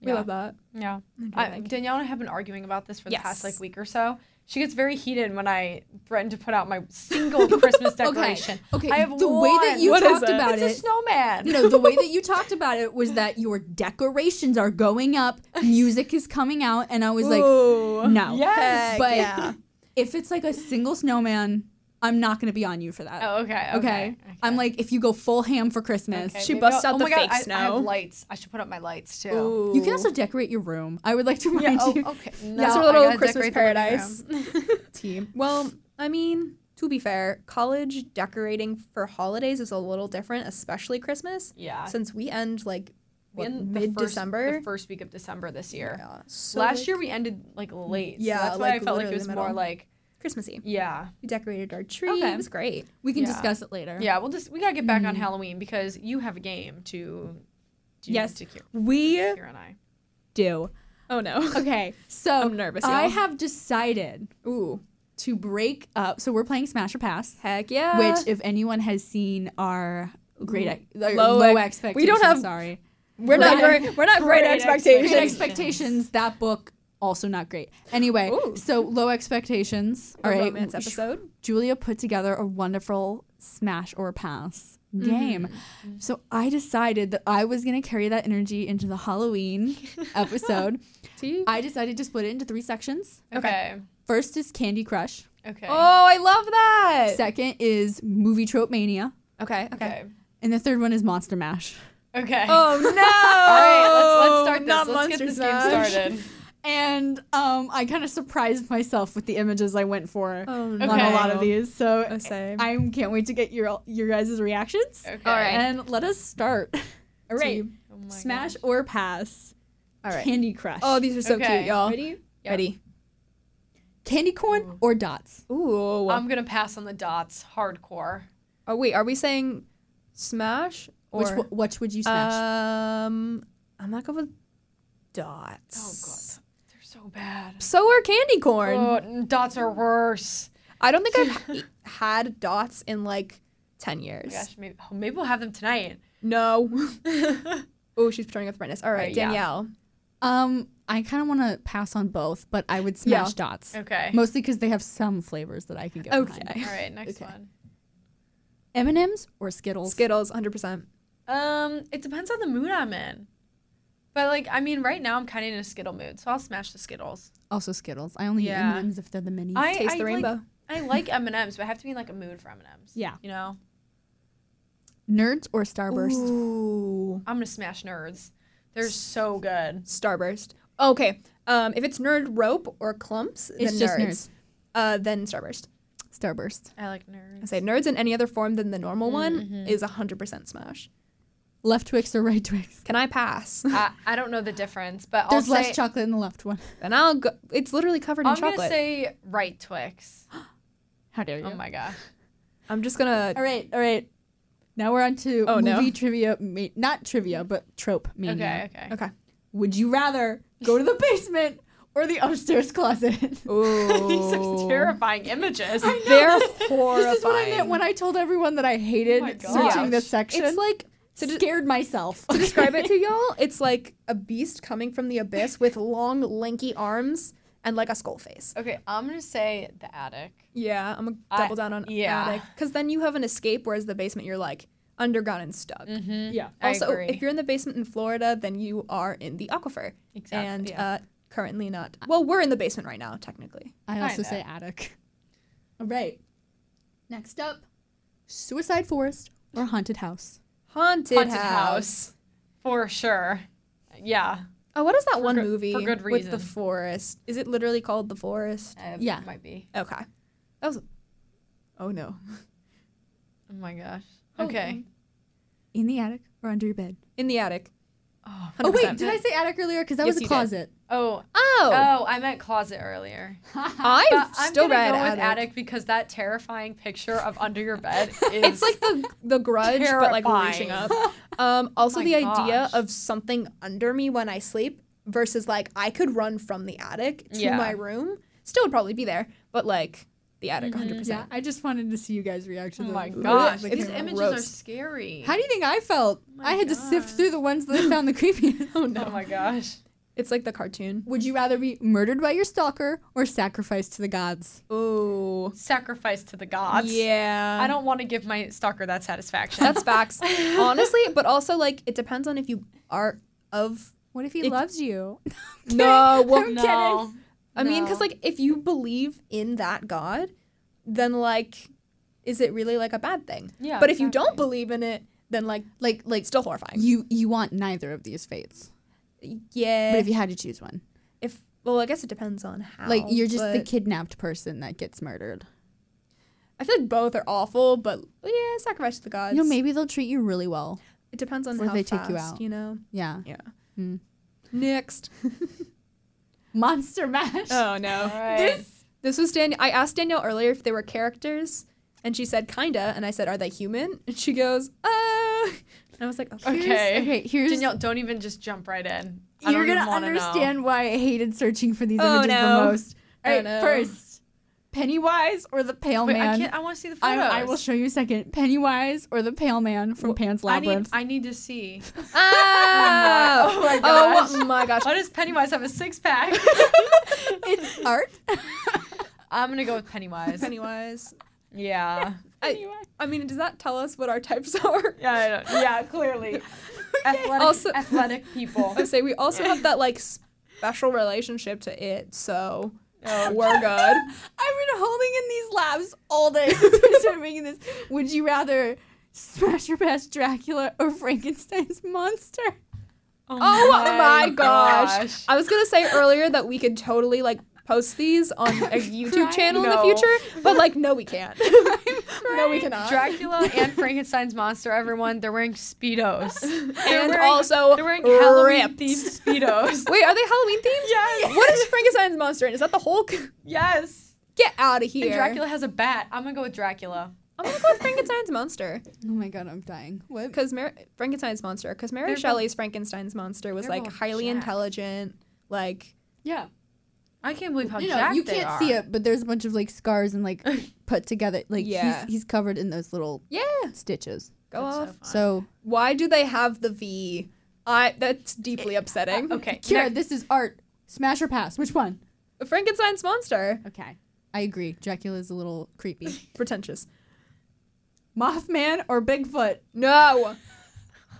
[SPEAKER 2] We
[SPEAKER 1] Yeah.
[SPEAKER 2] love that.
[SPEAKER 1] Yeah.
[SPEAKER 2] Okay,
[SPEAKER 1] I,
[SPEAKER 2] like-
[SPEAKER 1] Danielle and I have been arguing about this for the past
[SPEAKER 2] Yes.
[SPEAKER 1] like week or so. She gets very heated when I threaten to put out my
[SPEAKER 2] [laughs]
[SPEAKER 1] single Christmas
[SPEAKER 3] Okay.
[SPEAKER 1] decoration.
[SPEAKER 3] Okay,
[SPEAKER 1] I have
[SPEAKER 3] the way that
[SPEAKER 1] one.
[SPEAKER 3] you
[SPEAKER 2] What is
[SPEAKER 3] talked
[SPEAKER 2] it?
[SPEAKER 3] about
[SPEAKER 1] It's a
[SPEAKER 3] it.
[SPEAKER 1] snowman.
[SPEAKER 3] No, the way that you talked about it was that your decorations are going up, music is coming out, and I was like,
[SPEAKER 2] Ooh.
[SPEAKER 3] no.
[SPEAKER 1] Yes.
[SPEAKER 2] Heck
[SPEAKER 3] but-
[SPEAKER 2] yeah.
[SPEAKER 3] If it's like a single snowman, I'm not gonna be on you for that.
[SPEAKER 1] Oh, okay, okay.
[SPEAKER 3] okay. I'm like, if you go full ham for Christmas,
[SPEAKER 1] Okay,
[SPEAKER 2] She
[SPEAKER 1] maybe
[SPEAKER 2] busts
[SPEAKER 1] I'll-
[SPEAKER 2] out
[SPEAKER 1] oh
[SPEAKER 2] the
[SPEAKER 1] my God,
[SPEAKER 2] fake
[SPEAKER 1] I- I
[SPEAKER 2] snow.
[SPEAKER 1] have lights. I should put up my lights too.
[SPEAKER 2] Ooh.
[SPEAKER 3] you can also decorate your room. I would like to
[SPEAKER 1] [laughs] Yeah,
[SPEAKER 3] remind
[SPEAKER 2] [laughs]
[SPEAKER 1] oh,
[SPEAKER 3] you,
[SPEAKER 1] okay. No,
[SPEAKER 2] That's our
[SPEAKER 1] I
[SPEAKER 2] little
[SPEAKER 1] gotta
[SPEAKER 2] Christmas
[SPEAKER 1] decorate the living
[SPEAKER 2] oh,
[SPEAKER 1] room.
[SPEAKER 3] T.
[SPEAKER 2] Well, I mean, to be fair, college decorating for holidays is a little different, especially Christmas,
[SPEAKER 1] yeah.
[SPEAKER 2] since we end like
[SPEAKER 1] We
[SPEAKER 2] what,
[SPEAKER 1] end the first-
[SPEAKER 2] mid-December.
[SPEAKER 1] The first week of December this year.
[SPEAKER 2] Yeah. So,
[SPEAKER 1] Last
[SPEAKER 2] like,
[SPEAKER 1] year we ended like late.
[SPEAKER 2] Yeah,
[SPEAKER 1] Yeah. that's why I
[SPEAKER 2] like,
[SPEAKER 1] felt like it
[SPEAKER 2] literally
[SPEAKER 1] was
[SPEAKER 2] the
[SPEAKER 1] more
[SPEAKER 2] middle.
[SPEAKER 1] like
[SPEAKER 2] Christmassy.
[SPEAKER 1] yeah.
[SPEAKER 2] We decorated our tree.
[SPEAKER 3] Okay.
[SPEAKER 2] It was great.
[SPEAKER 3] we can
[SPEAKER 1] Yeah.
[SPEAKER 3] discuss it later.
[SPEAKER 1] Yeah, we'll just we gotta get back on
[SPEAKER 3] Mm.
[SPEAKER 1] Halloween because you have a game to do
[SPEAKER 3] Yes.
[SPEAKER 1] to Kira,
[SPEAKER 2] We
[SPEAKER 1] Kira and I.
[SPEAKER 3] Do
[SPEAKER 2] Oh no.
[SPEAKER 1] [laughs]
[SPEAKER 3] okay. So
[SPEAKER 2] I'm nervous.
[SPEAKER 3] I
[SPEAKER 2] y'all.
[SPEAKER 3] have decided
[SPEAKER 2] Ooh.
[SPEAKER 3] to break up. So we're playing Smash or Pass,
[SPEAKER 2] Heck yeah.
[SPEAKER 3] which if anyone has seen our great ex- or
[SPEAKER 2] Low
[SPEAKER 3] low,
[SPEAKER 2] ex-
[SPEAKER 3] expectations.
[SPEAKER 2] we don't have [laughs]
[SPEAKER 3] sorry.
[SPEAKER 2] we're not
[SPEAKER 3] Great-
[SPEAKER 2] great, we're not great,
[SPEAKER 1] great
[SPEAKER 2] expectations.
[SPEAKER 3] Great
[SPEAKER 1] expectations.
[SPEAKER 3] expectations. That book also not great. Anyway,
[SPEAKER 2] Ooh.
[SPEAKER 3] so low expectations.
[SPEAKER 2] Our
[SPEAKER 3] All right,
[SPEAKER 2] romance
[SPEAKER 3] sh-
[SPEAKER 2] episode.
[SPEAKER 3] Julia put together a wonderful smash or pass game. So I decided that I was going to carry that energy into the Halloween episode.
[SPEAKER 2] Tea.
[SPEAKER 3] I decided to split it into three sections.
[SPEAKER 1] Okay.
[SPEAKER 3] First is Candy Crush.
[SPEAKER 1] Okay.
[SPEAKER 2] Oh, I love that.
[SPEAKER 3] Second is Movie Trope Mania.
[SPEAKER 2] Okay. Okay.
[SPEAKER 1] okay.
[SPEAKER 3] And the third one is Monster Mash.
[SPEAKER 1] Okay.
[SPEAKER 2] Oh no. [laughs] All
[SPEAKER 1] All
[SPEAKER 2] right.
[SPEAKER 1] right, let's, let's start this. let's get this game started.
[SPEAKER 3] And um, I kind of surprised myself with the images I went for
[SPEAKER 2] Oh no.
[SPEAKER 1] Okay.
[SPEAKER 3] on a lot of these. So
[SPEAKER 2] Oh, same.
[SPEAKER 3] I can't wait to get your your guys' reactions.
[SPEAKER 1] Okay.
[SPEAKER 2] All right.
[SPEAKER 3] And let us start. All right.
[SPEAKER 2] Team.
[SPEAKER 1] Oh my
[SPEAKER 3] Smash
[SPEAKER 1] gosh.
[SPEAKER 3] or pass.
[SPEAKER 2] All right.
[SPEAKER 3] Candy Crush.
[SPEAKER 2] Oh, these are so
[SPEAKER 1] Okay.
[SPEAKER 2] cute, y'all.
[SPEAKER 3] Ready?
[SPEAKER 1] Yeah.
[SPEAKER 2] Ready.
[SPEAKER 3] Candy corn
[SPEAKER 1] Ooh.
[SPEAKER 3] or dots?
[SPEAKER 2] Ooh.
[SPEAKER 1] I'm gonna pass on the dots hardcore.
[SPEAKER 2] oh wait, are we saying smash or
[SPEAKER 3] Which which which would you smash?
[SPEAKER 2] um? I'm not going with
[SPEAKER 1] Oh
[SPEAKER 2] dots.
[SPEAKER 1] god. They're so bad.
[SPEAKER 2] So are candy corn.
[SPEAKER 1] Oh, n- dots are worse.
[SPEAKER 2] I don't think I've h- had dots in like ten
[SPEAKER 1] Oh
[SPEAKER 2] years.
[SPEAKER 1] my gosh, maybe, oh, maybe we'll have them tonight.
[SPEAKER 2] No. [laughs]
[SPEAKER 1] okay.
[SPEAKER 2] oh, she's turning up the brightness. All right,
[SPEAKER 1] Right, yeah.
[SPEAKER 2] Danielle.
[SPEAKER 3] um, I kind of want to pass on both, but I would
[SPEAKER 2] Yeah.
[SPEAKER 3] smash dots.
[SPEAKER 1] All
[SPEAKER 3] Mostly because they have some flavors that I can get okay.
[SPEAKER 2] Okay.
[SPEAKER 1] right, next
[SPEAKER 3] Okay.
[SPEAKER 1] one.
[SPEAKER 3] M and M's or Skittles?
[SPEAKER 2] Skittles, hundred percent.
[SPEAKER 1] Um, it depends on the mood I'm in. But like, I mean, right now I'm kind of in a Skittle mood, so I'll smash the Skittles.
[SPEAKER 3] also Skittles. I only
[SPEAKER 1] Yeah.
[SPEAKER 3] eat M and M's if they're the minis.
[SPEAKER 1] I
[SPEAKER 2] Taste the
[SPEAKER 1] like-
[SPEAKER 2] rainbow.
[SPEAKER 1] I like M and M's, but I have to be in like a mood for M and M's.
[SPEAKER 3] Yeah.
[SPEAKER 1] You know,
[SPEAKER 3] Nerds or Starburst?
[SPEAKER 2] Ooh.
[SPEAKER 1] I'm gonna smash Nerds. They're so good.
[SPEAKER 2] Starburst. Okay. Um, if it's nerd rope or clumps,
[SPEAKER 3] It's
[SPEAKER 2] then
[SPEAKER 3] just
[SPEAKER 2] nerds.
[SPEAKER 3] nerds.
[SPEAKER 2] Uh, then Starburst.
[SPEAKER 3] Starburst.
[SPEAKER 1] I like
[SPEAKER 2] I
[SPEAKER 1] Nerds.
[SPEAKER 2] say nerds in any other form than the normal
[SPEAKER 3] Mm,
[SPEAKER 2] one
[SPEAKER 3] mm-hmm.
[SPEAKER 1] Mhm.
[SPEAKER 2] is 100% smash.
[SPEAKER 3] Left Twix or right Twix?
[SPEAKER 2] Can I pass?
[SPEAKER 1] [laughs]
[SPEAKER 2] [laughs]
[SPEAKER 1] I, I don't know the difference, but
[SPEAKER 3] There's
[SPEAKER 1] I'll
[SPEAKER 3] less
[SPEAKER 1] say,
[SPEAKER 3] chocolate in the left one.
[SPEAKER 2] and I'll go. It's literally covered in
[SPEAKER 1] I'm
[SPEAKER 2] chocolate.
[SPEAKER 1] gonna say right Twix.
[SPEAKER 3] [laughs] How dare you?
[SPEAKER 1] Oh my gosh.
[SPEAKER 2] I'm just
[SPEAKER 3] [laughs]
[SPEAKER 2] gonna.
[SPEAKER 3] All right, all right. Now we're on to
[SPEAKER 2] Oh, no.
[SPEAKER 3] movie trivia, ma- not trivia, but trope mania.
[SPEAKER 1] Okay. Okay.
[SPEAKER 2] Okay.
[SPEAKER 3] Would you rather go to the basement or the upstairs closet? [laughs]
[SPEAKER 1] [laughs]
[SPEAKER 2] Ooh.
[SPEAKER 1] These are terrifying images. [laughs]
[SPEAKER 2] They're
[SPEAKER 3] [laughs]
[SPEAKER 2] horrifying.
[SPEAKER 3] this is what I meant when I told everyone that I hated
[SPEAKER 1] Oh my gosh.
[SPEAKER 3] searching this section. [laughs]
[SPEAKER 2] It's like to de-
[SPEAKER 3] scared myself. [laughs]
[SPEAKER 2] to describe it to y'all, it's like a beast coming from the abyss with long, lanky arms and like a skull face.
[SPEAKER 1] Okay, I'm gonna say the attic.
[SPEAKER 2] Yeah, I'm gonna
[SPEAKER 1] I-
[SPEAKER 2] double down on
[SPEAKER 1] yeah.
[SPEAKER 2] attic because then you have an escape, whereas the basement you're like, underground and stuck.
[SPEAKER 1] Mm-hmm.
[SPEAKER 4] Yeah.
[SPEAKER 2] Also, if you're in the basement in Florida, then you are in the aquifer.
[SPEAKER 4] Exactly.
[SPEAKER 2] and
[SPEAKER 1] yeah.
[SPEAKER 2] uh, currently not. Well, we're in the basement right now, technically.
[SPEAKER 3] I also
[SPEAKER 1] Kinda.
[SPEAKER 3] say attic. All right. Next up, suicide forest or haunted house.
[SPEAKER 2] Haunted,
[SPEAKER 1] Haunted
[SPEAKER 2] house.
[SPEAKER 1] house. for sure. Yeah.
[SPEAKER 2] Oh, what is that
[SPEAKER 1] For
[SPEAKER 2] one
[SPEAKER 1] good-
[SPEAKER 2] movie
[SPEAKER 1] for good
[SPEAKER 2] with
[SPEAKER 1] reason.
[SPEAKER 2] the forest? Is it literally called The Forest?
[SPEAKER 1] Uh,
[SPEAKER 3] Yeah.
[SPEAKER 1] Might be.
[SPEAKER 2] Okay. That was. Oh no.
[SPEAKER 1] Oh my gosh.
[SPEAKER 3] Oh,
[SPEAKER 1] Okay.
[SPEAKER 3] In the attic or under your bed.
[SPEAKER 2] In the attic.
[SPEAKER 1] Oh.
[SPEAKER 3] Oh
[SPEAKER 2] 100%.
[SPEAKER 3] wait, did I say attic earlier? Because that
[SPEAKER 1] Yes,
[SPEAKER 3] was a
[SPEAKER 1] you did.
[SPEAKER 3] closet.
[SPEAKER 1] Oh.
[SPEAKER 2] Oh,
[SPEAKER 1] Oh, I meant closet earlier.
[SPEAKER 2] I
[SPEAKER 1] But
[SPEAKER 2] [laughs]
[SPEAKER 1] I'm
[SPEAKER 2] still
[SPEAKER 1] gonna
[SPEAKER 2] read
[SPEAKER 1] go with
[SPEAKER 2] attic.
[SPEAKER 1] attic because that terrifying picture of under your bed is
[SPEAKER 2] [laughs] It's like the the grudge, but like reaching up.
[SPEAKER 1] Terrifying. [laughs]
[SPEAKER 2] Um, also,
[SPEAKER 1] my
[SPEAKER 2] the idea
[SPEAKER 1] gosh.
[SPEAKER 2] of something under me when I sleep versus like I could run from the attic to
[SPEAKER 1] Yeah.
[SPEAKER 2] my room. Still would probably be there, but like the attic,
[SPEAKER 1] Mhm.
[SPEAKER 2] 100
[SPEAKER 3] Yeah,
[SPEAKER 2] percent.
[SPEAKER 3] I just wanted to see you guys' react to
[SPEAKER 1] Oh
[SPEAKER 3] the-
[SPEAKER 1] my
[SPEAKER 3] Ugh,
[SPEAKER 1] gosh.
[SPEAKER 3] the
[SPEAKER 1] These
[SPEAKER 3] camera.
[SPEAKER 1] images are
[SPEAKER 2] roast.
[SPEAKER 1] scary.
[SPEAKER 3] How do you think I felt?
[SPEAKER 1] my
[SPEAKER 3] I had to sift
[SPEAKER 1] gosh.
[SPEAKER 3] through the ones that I found the creepiest.
[SPEAKER 2] Oh no,
[SPEAKER 1] Oh
[SPEAKER 3] [laughs]
[SPEAKER 1] my gosh.
[SPEAKER 2] it's like the cartoon.
[SPEAKER 3] Would you rather be murdered by your stalker or sacrificed to the gods?
[SPEAKER 2] Oh,
[SPEAKER 1] Sacrifice to the gods.
[SPEAKER 2] yeah.
[SPEAKER 1] I don't want to give my stalker that satisfaction.
[SPEAKER 2] [laughs]
[SPEAKER 1] [laughs]
[SPEAKER 2] That's facts, honestly. But also, like, it depends on if you are
[SPEAKER 1] [laughs]
[SPEAKER 2] of.
[SPEAKER 3] What if he
[SPEAKER 2] If-
[SPEAKER 3] loves you?
[SPEAKER 2] No, well,
[SPEAKER 3] I'm
[SPEAKER 1] no.
[SPEAKER 2] I mean, because
[SPEAKER 1] No.
[SPEAKER 2] like, if you believe in that God, then like, is it really like a bad thing?
[SPEAKER 1] Yeah.
[SPEAKER 2] but if you don't
[SPEAKER 1] exactly.
[SPEAKER 2] believe in it, then like, like, like, still horrifying.
[SPEAKER 3] You you want neither of these fates.
[SPEAKER 2] Yeah.
[SPEAKER 3] But if you had to choose one,
[SPEAKER 2] if well, I guess it depends on how.
[SPEAKER 3] like you're just the
[SPEAKER 2] but-
[SPEAKER 3] kidnapped person that gets murdered.
[SPEAKER 2] I feel like both are awful, but well, yeah, sacrifice to the gods.
[SPEAKER 3] You know, maybe they'll treat you really well.
[SPEAKER 2] it depends on
[SPEAKER 3] before
[SPEAKER 2] how
[SPEAKER 3] they
[SPEAKER 2] fast,
[SPEAKER 3] take you out.
[SPEAKER 2] You know.
[SPEAKER 3] Yeah.
[SPEAKER 2] Yeah.
[SPEAKER 3] Mm. [laughs]
[SPEAKER 2] Next.
[SPEAKER 3] Monster mash.
[SPEAKER 2] oh
[SPEAKER 1] All
[SPEAKER 2] [laughs] no.
[SPEAKER 1] right.
[SPEAKER 2] This was Danielle. I asked Danielle earlier if they were characters, and she said kinda. And I said, "Are they human?" And she goes, "Uh." And I
[SPEAKER 3] [laughs]
[SPEAKER 2] was like, "Okay."
[SPEAKER 1] Okay.
[SPEAKER 3] okay. Here's
[SPEAKER 1] Danielle, don't even just jump right in. I
[SPEAKER 3] you're
[SPEAKER 1] don't even
[SPEAKER 3] gonna
[SPEAKER 1] wanna know.
[SPEAKER 3] understand why I hated searching for these
[SPEAKER 2] Oh,
[SPEAKER 3] images the
[SPEAKER 2] no.
[SPEAKER 3] most.
[SPEAKER 2] Oh,
[SPEAKER 3] All right,
[SPEAKER 2] no.
[SPEAKER 3] first Pennywise or the Pale
[SPEAKER 1] Wait, I
[SPEAKER 3] Man.
[SPEAKER 1] can't. I want to see the
[SPEAKER 3] I,
[SPEAKER 1] photos.
[SPEAKER 3] I will show you a second. Pennywise or the Pale Man from
[SPEAKER 1] Well,
[SPEAKER 3] Pan's
[SPEAKER 1] I need.
[SPEAKER 3] Labyrinth.
[SPEAKER 1] I need to see.
[SPEAKER 2] [laughs] Oh,
[SPEAKER 1] Oh my gosh.
[SPEAKER 2] Oh
[SPEAKER 3] [laughs]
[SPEAKER 2] my gosh.
[SPEAKER 1] Why does Pennywise have a six
[SPEAKER 2] [laughs]
[SPEAKER 1] pack?
[SPEAKER 3] it's art.
[SPEAKER 1] I'm gonna go with Pennywise.
[SPEAKER 2] Pennywise. [laughs]
[SPEAKER 1] yeah.
[SPEAKER 2] I, [laughs] I mean, does that tell us what our types [laughs] are?
[SPEAKER 1] Yeah. I don't- yeah. Clearly. Athletic.
[SPEAKER 2] Also-
[SPEAKER 1] athletic people.
[SPEAKER 2] I would say we also have that like special relationship to it, so
[SPEAKER 1] [laughs] Oh,
[SPEAKER 2] we're
[SPEAKER 3] [laughs]
[SPEAKER 2] good.
[SPEAKER 3] I've been holding in these labs all day since we started [laughs] making this. Would you rather smash your past Dracula or Frankenstein's monster?
[SPEAKER 2] Oh my gosh. I was gonna say earlier that we could totally like post these on
[SPEAKER 1] [laughs]
[SPEAKER 2] a YouTube channel in the
[SPEAKER 1] No.
[SPEAKER 2] future, but like no, we
[SPEAKER 1] [laughs]
[SPEAKER 2] can't. no, we cannot.
[SPEAKER 1] Dracula and Frankenstein's monster. Everyone, they're wearing [laughs] speedos. They're
[SPEAKER 2] and
[SPEAKER 1] wearing-
[SPEAKER 2] also
[SPEAKER 1] they're wearing Halloween
[SPEAKER 2] ripped.
[SPEAKER 1] themed speedos.
[SPEAKER 2] Wait, are they Halloween themed?
[SPEAKER 1] [laughs] Yes.
[SPEAKER 2] What is Frankenstein's monster? And is that the Hulk? [laughs]
[SPEAKER 1] Yes.
[SPEAKER 2] Get out of
[SPEAKER 1] And
[SPEAKER 2] here.
[SPEAKER 1] Dracula has a bat. I'm gonna go with Dracula.
[SPEAKER 2] I'm gonna go with Frankenstein's monster
[SPEAKER 3] Oh my god, I'm dying. What?
[SPEAKER 2] because Mar- Frankenstein's monster because Mary
[SPEAKER 1] They're both-
[SPEAKER 2] Shelley's Frankenstein's monster was
[SPEAKER 1] they're
[SPEAKER 2] like
[SPEAKER 1] both
[SPEAKER 2] highly
[SPEAKER 1] jacked.
[SPEAKER 2] intelligent, like
[SPEAKER 3] Yeah.
[SPEAKER 1] I can't believe how
[SPEAKER 3] You know,
[SPEAKER 1] jacked
[SPEAKER 3] you
[SPEAKER 1] they
[SPEAKER 3] can't
[SPEAKER 1] are.
[SPEAKER 3] see it, but there's a bunch of like scars and [laughs] like put together. Like
[SPEAKER 2] Yeah.
[SPEAKER 3] he's he's covered in those little
[SPEAKER 2] yeah,
[SPEAKER 3] stitches.
[SPEAKER 2] go
[SPEAKER 1] That's
[SPEAKER 2] off.
[SPEAKER 1] So,
[SPEAKER 3] So
[SPEAKER 2] Why do they have the V? I that's deeply upsetting.
[SPEAKER 1] fun.
[SPEAKER 3] [laughs]
[SPEAKER 1] okay,
[SPEAKER 3] Kira,
[SPEAKER 1] ne-
[SPEAKER 3] this is art. Smash or pass? Which one?
[SPEAKER 2] Frankenstein's monster.
[SPEAKER 3] Okay. I agree. Dracula's a little creepy.
[SPEAKER 2] Pretentious.
[SPEAKER 3] [laughs] Mothman or Bigfoot?
[SPEAKER 2] No.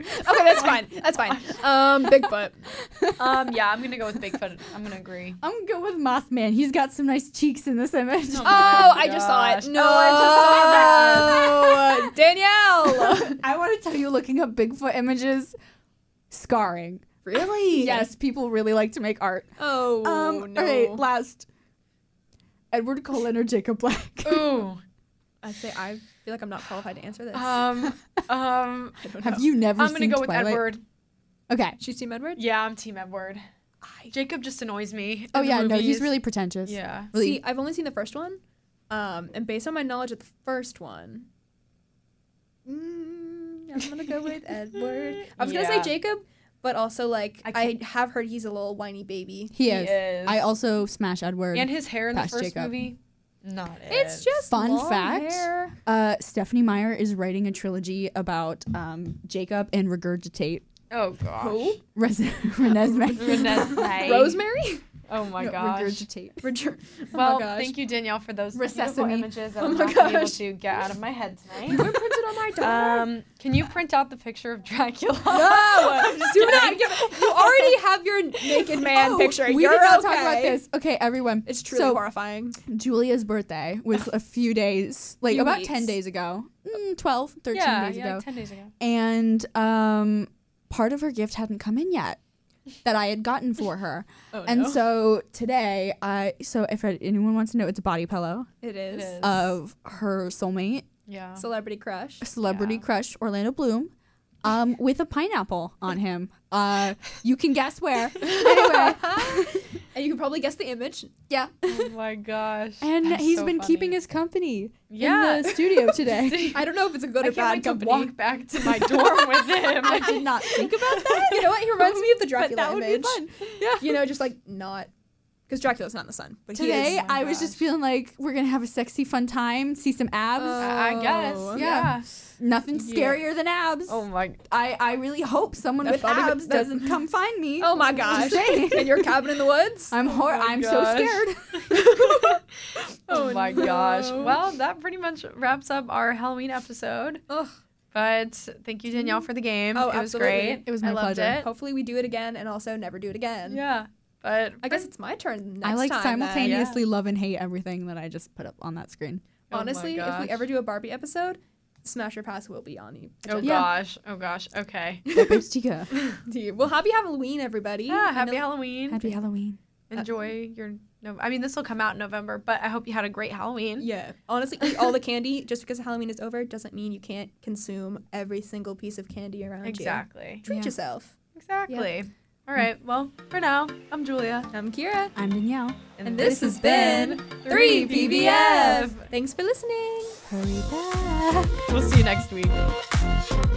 [SPEAKER 2] okay, that's fine. That's fine. Um, Bigfoot.
[SPEAKER 1] um, yeah, I'm gonna go with Bigfoot. I'm gonna agree.
[SPEAKER 3] I'm going with Mothman. He's got some nice cheeks in this image.
[SPEAKER 1] No.
[SPEAKER 2] Oh, I just saw
[SPEAKER 1] gosh.
[SPEAKER 2] it.
[SPEAKER 1] Oh, I
[SPEAKER 2] No. Danielle.
[SPEAKER 3] [laughs] I want to tell you, looking up Bigfoot images, scarring.
[SPEAKER 2] really?
[SPEAKER 3] Yes, people really like to make art.
[SPEAKER 2] Oh
[SPEAKER 3] um,
[SPEAKER 2] no.
[SPEAKER 3] all right, last. Edward Cullen or Jacob
[SPEAKER 1] [laughs] Oh,
[SPEAKER 3] Black?
[SPEAKER 1] Ooh.
[SPEAKER 3] [laughs]
[SPEAKER 2] I say I feel like I'm not qualified to answer this.
[SPEAKER 1] Um. Um.
[SPEAKER 2] I don't
[SPEAKER 3] Have
[SPEAKER 2] know.
[SPEAKER 3] you never
[SPEAKER 1] I'm gonna
[SPEAKER 3] seen
[SPEAKER 1] go with
[SPEAKER 3] Twilight?
[SPEAKER 1] Edward.
[SPEAKER 3] Okay.
[SPEAKER 2] She's Team Edward.
[SPEAKER 1] Yeah, I'm Team Edward.
[SPEAKER 2] I
[SPEAKER 1] Jacob just annoys me. in
[SPEAKER 3] Oh
[SPEAKER 1] the
[SPEAKER 3] yeah, no, he's
[SPEAKER 1] movies.
[SPEAKER 3] really pretentious.
[SPEAKER 1] Yeah.
[SPEAKER 3] Really-
[SPEAKER 2] see. I've only seen the first one, um, and based on my knowledge of the first one, mm, I'm gonna
[SPEAKER 3] [laughs]
[SPEAKER 2] go with Edward. I was gonna
[SPEAKER 1] Yeah.
[SPEAKER 2] say Jacob, but also like
[SPEAKER 1] I
[SPEAKER 2] I, have heard he's a little whiny baby.
[SPEAKER 3] he,
[SPEAKER 1] He
[SPEAKER 3] is. I also smash Edward.
[SPEAKER 1] And his hair in the
[SPEAKER 3] Past
[SPEAKER 1] first
[SPEAKER 3] Jacob.
[SPEAKER 1] movie. Not it.
[SPEAKER 2] It's just
[SPEAKER 3] Fun
[SPEAKER 2] long
[SPEAKER 3] fact.
[SPEAKER 2] hair.
[SPEAKER 3] uh, Stephanie Meyer is writing a trilogy about um, Jacob and regurgitate [laughs]
[SPEAKER 1] Oh gosh.
[SPEAKER 2] Who?
[SPEAKER 3] Res- Renesmee.
[SPEAKER 2] [laughs]
[SPEAKER 1] Renee.
[SPEAKER 2] Rosemary.
[SPEAKER 1] Oh my
[SPEAKER 3] No,
[SPEAKER 1] gosh.
[SPEAKER 3] Regurgitate.
[SPEAKER 2] Reger-
[SPEAKER 1] Well,
[SPEAKER 2] oh my gosh.
[SPEAKER 1] thank you, Danielle, for those beautiful
[SPEAKER 3] Recessamy.
[SPEAKER 1] images that
[SPEAKER 2] Oh
[SPEAKER 1] I'm
[SPEAKER 2] my
[SPEAKER 1] not gonna be able
[SPEAKER 2] gosh.
[SPEAKER 1] to get out of my head tonight.
[SPEAKER 2] You [laughs] were printed on my daughter.
[SPEAKER 1] Um, can you print out the picture of Dracula?
[SPEAKER 2] [laughs] no,
[SPEAKER 1] I'm
[SPEAKER 2] [laughs]
[SPEAKER 1] just
[SPEAKER 2] do not
[SPEAKER 1] kidding.
[SPEAKER 2] give. You already have your naked man
[SPEAKER 3] Oh,
[SPEAKER 2] picture.
[SPEAKER 3] We
[SPEAKER 2] You're
[SPEAKER 3] did not
[SPEAKER 2] okay.
[SPEAKER 3] talk about this. Okay, everyone.
[SPEAKER 2] It's truly
[SPEAKER 3] So-
[SPEAKER 2] horrifying.
[SPEAKER 3] Julia's birthday was a few days, like
[SPEAKER 2] Few
[SPEAKER 3] about
[SPEAKER 2] weeks.
[SPEAKER 3] 10 days ago, mm, 12, 13
[SPEAKER 1] yeah,
[SPEAKER 3] days
[SPEAKER 1] yeah,
[SPEAKER 3] ago.
[SPEAKER 1] like ten days ago.
[SPEAKER 3] and um, part of her gift hadn't come in yet that I had gotten for her.
[SPEAKER 2] Oh,
[SPEAKER 3] and so today, I so if anyone wants to know, it's a body pillow
[SPEAKER 2] it is.
[SPEAKER 1] It is.
[SPEAKER 3] of her soulmate,
[SPEAKER 1] Yeah.
[SPEAKER 2] Celebrity crush. [laughs]
[SPEAKER 3] celebrity
[SPEAKER 1] Yeah.
[SPEAKER 3] crush Orlando Bloom, um, with a pineapple on him. Uh, you can guess where. [laughs] anyway,
[SPEAKER 2] and you can probably guess the image.
[SPEAKER 3] yeah.
[SPEAKER 1] oh my gosh.
[SPEAKER 3] And
[SPEAKER 1] That's
[SPEAKER 3] he's
[SPEAKER 1] so
[SPEAKER 3] been keeping
[SPEAKER 1] funny.
[SPEAKER 3] his company
[SPEAKER 1] yeah.
[SPEAKER 3] in the studio
[SPEAKER 1] [laughs]
[SPEAKER 3] today.
[SPEAKER 2] I don't know if it's a good
[SPEAKER 1] I
[SPEAKER 2] or
[SPEAKER 1] can't
[SPEAKER 2] bad
[SPEAKER 1] wait
[SPEAKER 2] company.
[SPEAKER 1] to walk back to my
[SPEAKER 2] [laughs]
[SPEAKER 1] dorm with him.
[SPEAKER 3] I did [laughs] not think about that.
[SPEAKER 1] [laughs]
[SPEAKER 2] you know what? He reminds me of the Dracula
[SPEAKER 3] but that would
[SPEAKER 2] image.
[SPEAKER 3] be fun. Yeah.
[SPEAKER 2] You know, just like not because Dracula's not in the sun, but he
[SPEAKER 3] Today,
[SPEAKER 2] is.
[SPEAKER 1] my
[SPEAKER 3] I was just
[SPEAKER 1] gosh.
[SPEAKER 3] feeling like we're gonna have a sexy, fun time, see some abs.
[SPEAKER 2] Uh,
[SPEAKER 1] I I guess.
[SPEAKER 2] Oh.
[SPEAKER 1] Yeah.
[SPEAKER 3] Yeah. Nothing
[SPEAKER 2] yeah.
[SPEAKER 3] scarier than abs.
[SPEAKER 1] Oh
[SPEAKER 2] [laughs]
[SPEAKER 1] my.
[SPEAKER 3] I, I really hope someone
[SPEAKER 2] That
[SPEAKER 3] with
[SPEAKER 2] body-
[SPEAKER 3] abs
[SPEAKER 2] that-
[SPEAKER 3] doesn't come find me.
[SPEAKER 2] Oh my gosh!
[SPEAKER 3] saying.
[SPEAKER 2] [laughs] in your cabin in
[SPEAKER 3] [laughs]
[SPEAKER 2] the woods.
[SPEAKER 3] I'm hor-
[SPEAKER 1] Oh my
[SPEAKER 3] I'm
[SPEAKER 1] gosh.
[SPEAKER 3] so scared.
[SPEAKER 1] Oh,
[SPEAKER 2] Oh,
[SPEAKER 1] my gosh.
[SPEAKER 2] no.
[SPEAKER 1] Well, that pretty much wraps up our Halloween episode.
[SPEAKER 2] Ugh.
[SPEAKER 1] But thank you, Danielle, for the game.
[SPEAKER 2] Oh,
[SPEAKER 1] it was
[SPEAKER 2] absolutely.
[SPEAKER 1] great.
[SPEAKER 3] It was my
[SPEAKER 1] I loved
[SPEAKER 3] pleasure.
[SPEAKER 1] It.
[SPEAKER 2] Hopefully, we do it again, and also never do it again.
[SPEAKER 1] Yeah. But
[SPEAKER 2] I guess it's my turn. Next
[SPEAKER 3] I like
[SPEAKER 2] time, then.
[SPEAKER 3] simultaneously love and hate everything that I just put up on that [laughs] screen.
[SPEAKER 1] Oh my
[SPEAKER 2] Honestly, if we
[SPEAKER 1] gosh.
[SPEAKER 2] ever do a Barbie episode, Smash Your Pass will be on you.
[SPEAKER 1] Oh
[SPEAKER 3] Yeah.
[SPEAKER 1] gosh. Oh gosh. Okay.
[SPEAKER 2] [laughs] well, happy Halloween, everybody.
[SPEAKER 1] Yeah,
[SPEAKER 2] I
[SPEAKER 1] Ah, happy
[SPEAKER 2] know-
[SPEAKER 1] Halloween.
[SPEAKER 3] Happy Halloween.
[SPEAKER 1] Enjoy your no I mean this will come out in November, but I hope you had a great Halloween.
[SPEAKER 2] Yeah. Honestly, eat all the candy. [laughs] Just because Halloween is over doesn't mean you can't consume every single piece of candy around
[SPEAKER 1] Exactly.
[SPEAKER 2] you. Treat
[SPEAKER 3] Yeah.
[SPEAKER 2] yourself.
[SPEAKER 1] Exactly. All right. Well, for now, I'm Julia.
[SPEAKER 2] I'm Kira.
[SPEAKER 3] I'm Danielle.
[SPEAKER 2] And this has been
[SPEAKER 1] 3PBF.
[SPEAKER 2] Thanks for listening.
[SPEAKER 3] Hurry back.
[SPEAKER 1] We'll see you next week.